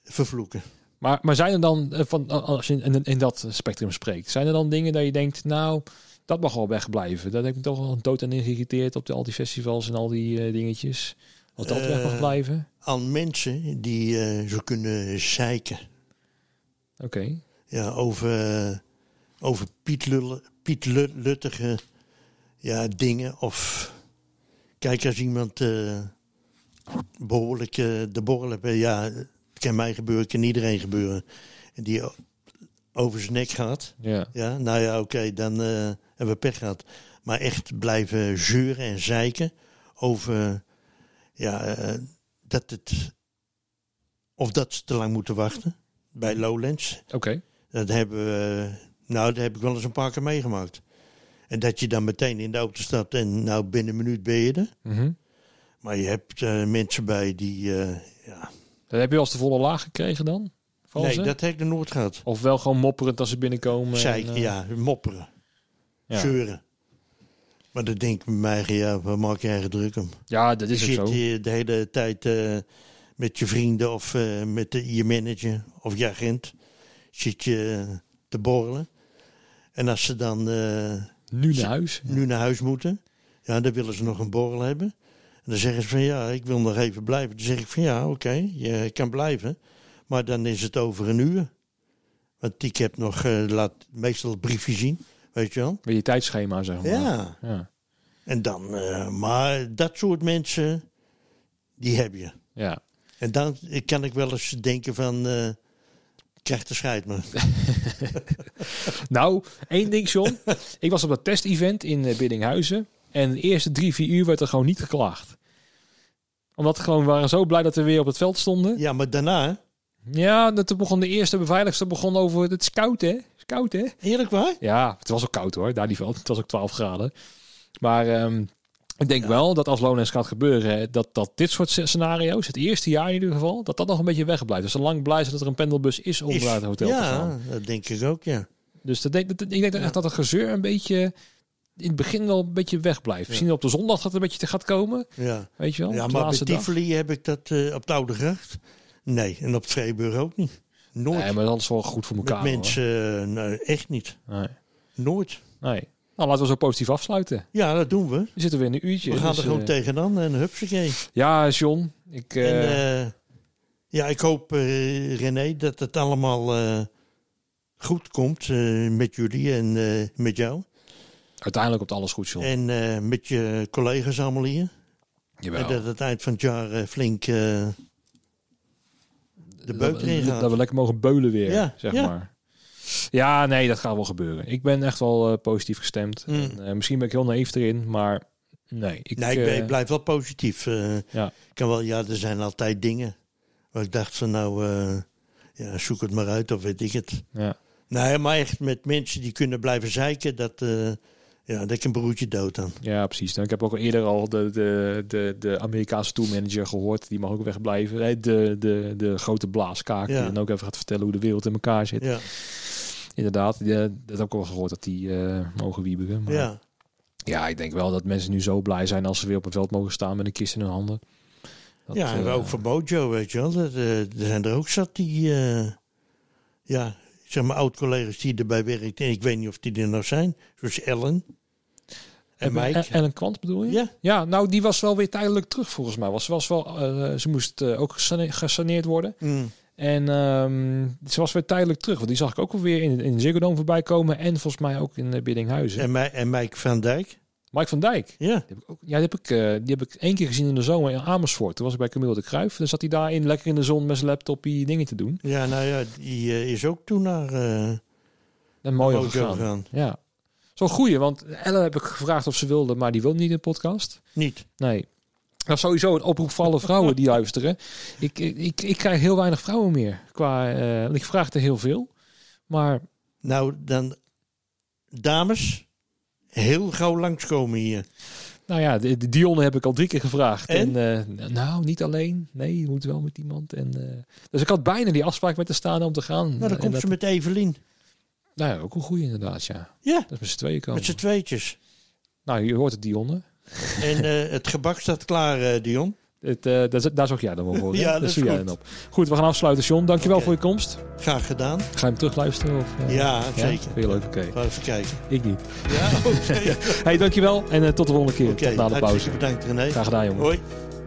Speaker 2: vervloeken.
Speaker 1: Maar, maar zijn er dan, eh, van, als je in, in dat spectrum spreekt, zijn er dan dingen dat je denkt, nou, dat mag wel wegblijven. Dat heb ik toch wel dood aan ingeïrriteerd op de, al die festivals en al die eh, dingetjes. Dat dat weg mag
Speaker 2: Eh.
Speaker 1: blijven.
Speaker 2: Aan mensen die eh, zo kunnen zeiken.
Speaker 1: Oké.
Speaker 2: Ja, over, eh, over Piet, Lulle, Piet Lu- Luttige ja, dingen. Of kijk, als iemand eh, behoorlijk eh, de borrel heeft. eh, Ja, het kan mij gebeuren, het kan iedereen gebeuren. En die o- over zijn nek gaat.
Speaker 1: Ja.
Speaker 2: Ja, nou ja, oké, dan eh, hebben we pech gehad. Maar echt blijven zeuren en zeiken over ja, eh, dat het. Of dat ze te lang moeten wachten bij Lowlands.
Speaker 1: Oké.
Speaker 2: Dat hebben we, nou, dat heb ik wel eens een paar keer meegemaakt. En dat je dan meteen in de auto stapt en nou binnen een minuut ben je er.
Speaker 1: Mhm.
Speaker 2: Maar je hebt eh, mensen bij die, eh, ja.
Speaker 1: Dat heb je als de volle laag gekregen dan? Van
Speaker 2: Nee,
Speaker 1: ze?
Speaker 2: dat heb ik er nooit gehad.
Speaker 1: Of wel gewoon mopperend als ze binnenkomen?
Speaker 2: Zei
Speaker 1: en,
Speaker 2: ik,
Speaker 1: eh,
Speaker 2: ja, mopperen,
Speaker 1: Ja.
Speaker 2: zeuren. Maar dan denk ik bij mij, ja, waar maak jij eigen druk om?
Speaker 1: Ja, dat is
Speaker 2: je
Speaker 1: ook
Speaker 2: zit
Speaker 1: zo.
Speaker 2: hier de hele tijd eh, met je vrienden of eh, met de, je manager of je agent. zit je te borrelen. En als ze dan eh,
Speaker 1: Nu naar huis.
Speaker 2: nu naar huis moeten, ja, dan willen ze nog een borrel hebben. En dan zeggen ze van ja, ik wil nog even blijven. Dan zeg ik van ja, oké, je kan blijven. Maar dan is het over een uur. Want ik heb nog, eh, laat meestal het briefje zien, weet je wel.
Speaker 1: Met je tijdschema, zeg maar.
Speaker 2: Ja,
Speaker 1: Ja.
Speaker 2: en dan, eh, maar dat soort mensen, die heb je.
Speaker 1: ja.
Speaker 2: En dan kan ik wel eens denken van, eh krijg de scheid maar.
Speaker 1: Nou, één ding, John. ik was op dat test-event in eh, Biddinghuizen. En de eerste drie, vier uur werd er gewoon niet geklaagd. Omdat we gewoon waren zo blij dat we weer op het veld stonden.
Speaker 2: Ja, maar daarna,
Speaker 1: Ja, dat toen begon de eerste beveiligster begon over het is koud, hè? Het is koud, hè?
Speaker 2: eerlijk waar?
Speaker 1: Ja, het was ook koud hoor, daar die veld. Het was ook 12 graden. Maar ehm, ik denk wel dat als Lones gaat gebeuren, hè, dat, dat dit soort sc- scenario's, het eerste jaar in ieder geval, dat dat nog een beetje wegblijft. Dus zolang blij zijn dat er een pendelbus is om
Speaker 2: Is-
Speaker 1: naar het hotel te gaan.
Speaker 2: ja, dat denk ik ook, ja.
Speaker 1: Dus dat denk, dat, ik denk
Speaker 2: Ja.
Speaker 1: echt dat het gezeur een beetje in het begin wel een beetje wegblijft. Misschien op de zondag dat het een beetje te gaat komen,
Speaker 2: Ja,
Speaker 1: weet je wel?
Speaker 2: ja
Speaker 1: op de
Speaker 2: maar
Speaker 1: laatste
Speaker 2: bij
Speaker 1: dag.
Speaker 2: Tivoli heb ik dat eh, op de Oude Gracht. Nee, en op Vreeburg ook niet. Nooit.
Speaker 1: Nee, maar dat is wel goed voor
Speaker 2: Met
Speaker 1: elkaar. hoor.
Speaker 2: mensen, eh, nee, echt niet.
Speaker 1: Nee.
Speaker 2: Nooit.
Speaker 1: nee. Nou, laten we zo positief afsluiten.
Speaker 2: Ja, dat doen we.
Speaker 1: We zitten weer in een uurtje.
Speaker 2: We gaan
Speaker 1: dus,
Speaker 2: er gewoon
Speaker 1: eh,
Speaker 2: tegenaan en hupsakee.
Speaker 1: Ja, John. Ik, eh,
Speaker 2: En eh, ja, ik hoop, eh, René, dat het allemaal eh, goed komt eh, met jullie en eh, met jou.
Speaker 1: uiteindelijk komt alles goed, John.
Speaker 2: En eh, met je collega's allemaal hier.
Speaker 1: Jawel.
Speaker 2: En dat het eind van het jaar eh, flink eh, de beuk
Speaker 1: dat,
Speaker 2: erin
Speaker 1: dat-
Speaker 2: gaat.
Speaker 1: dat we lekker mogen beulen weer,
Speaker 2: Ja,
Speaker 1: zeg
Speaker 2: ja.
Speaker 1: maar. Ja, nee, dat gaat wel gebeuren. Ik ben echt wel eh, positief gestemd.
Speaker 2: Mm.
Speaker 1: En, eh, misschien ben ik heel naïef erin, maar nee. Ik,
Speaker 2: nee, ik, ben-
Speaker 1: eh,
Speaker 2: ik blijf wel positief. eh.
Speaker 1: Ja.
Speaker 2: Ik kan wel, ja, er zijn altijd dingen waar ik dacht van nou, eh, ja, zoek het maar uit of weet ik het.
Speaker 1: ja.
Speaker 2: Nee, maar echt met mensen die kunnen blijven zeiken, dat, eh, ja, daar heb ik een broertje dood aan.
Speaker 1: ja, precies. Nou, ik heb ook al eerder al de, de, de, de Amerikaanse tourmanager gehoord. Die mag ook wegblijven. Nee, De, de, de grote blaaskaak
Speaker 2: Ja.
Speaker 1: die dan ook even gaat vertellen hoe de wereld in elkaar zit.
Speaker 2: Ja,
Speaker 1: Inderdaad, ja, dat heb ik al gehoord dat die eh, mogen wieberen. Maar
Speaker 2: ja.
Speaker 1: Ja, ik denk wel dat mensen nu zo blij zijn als ze weer op het veld mogen staan met een kist in hun handen. Dat,
Speaker 2: ja en
Speaker 1: eh,
Speaker 2: ook voor Mojo, weet je wel. dat, eh, er zijn er ook zat die, eh, ja, zeg maar oud-collega's die erbij werkten. En ik weet niet of die er nog zijn. Zoals Ellen en
Speaker 1: hebben- eh,
Speaker 2: Mike.
Speaker 1: En, en een kwant bedoel je?
Speaker 2: Ja.
Speaker 1: Ja, nou die was wel weer tijdelijk terug volgens mij. Was, was wel, eh, ze moest eh, ook gesane- gesaneerd worden.
Speaker 2: Mm.
Speaker 1: En ehm, ze was weer tijdelijk terug. Want die zag ik ook wel weer in, in Ziggo Dome voorbij komen. En volgens mij ook in eh, Biddinghuizen.
Speaker 2: En, Mi- en Mike van Dijk.
Speaker 1: Mike van Dijk.
Speaker 2: Ja,
Speaker 1: Die heb, ik ook, ja, die, heb ik, eh, die heb ik één keer gezien in de zomer in Amersfoort. Toen was ik bij Camille de Kruif. Dan zat hij daarin lekker in de zon met zijn laptop die dingen te doen.
Speaker 2: ja nou ja, die eh, is ook toen naar eh
Speaker 1: En mooi
Speaker 2: Mojo
Speaker 1: gegaan.
Speaker 2: gegaan.
Speaker 1: Ja. Zo'n goeie, want Ellen heb ik gevraagd of ze wilde, maar die wil niet in de podcast.
Speaker 2: Niet.
Speaker 1: Nee. Nou, sowieso een oproep voor alle vrouwen die luisteren. Ik, ik, ik, ik krijg heel weinig vrouwen meer. Qua, eh, want ik vraag er heel veel. Maar
Speaker 2: Nou, dan dames, heel gauw langskomen hier.
Speaker 1: nou ja, de, de Dionne heb ik al drie keer gevraagd. En,
Speaker 2: En?
Speaker 1: eh, nou, niet alleen. Nee, je moet wel met iemand. En, eh, dus ik had bijna die afspraak met de staan om te gaan.
Speaker 2: Nou, dan
Speaker 1: En
Speaker 2: komt
Speaker 1: dat-
Speaker 2: ze met Evelien.
Speaker 1: nou ja, ook een goeie inderdaad, ja.
Speaker 2: Ja,
Speaker 1: Dat is met z'n tweeën komen.
Speaker 2: met z'n tweetjes.
Speaker 1: Nou, je hoort het, Dionne.
Speaker 2: En eh, het gebak staat klaar, eh, Dion.
Speaker 1: Het, eh, daar, daar zorg jij dan wel voor. hè?
Speaker 2: Ja,
Speaker 1: Daar
Speaker 2: dat is
Speaker 1: zoek jij
Speaker 2: goed.
Speaker 1: dan op. Goed, we gaan afsluiten, John. Dankjewel
Speaker 2: Oké.
Speaker 1: voor je komst.
Speaker 2: Graag gedaan.
Speaker 1: Ga je hem terugluisteren? Of, eh,
Speaker 2: Ja, zeker.
Speaker 1: Heel leuk, oké.
Speaker 2: Laten we even kijken.
Speaker 1: Ik niet.
Speaker 2: Ja, oké.
Speaker 1: Hey, dankjewel en eh, tot de volgende keer.
Speaker 2: Oké,
Speaker 1: tot na de pauze.
Speaker 2: hartstikke bedankt René.
Speaker 1: Graag gedaan, jongen.
Speaker 2: Hoi.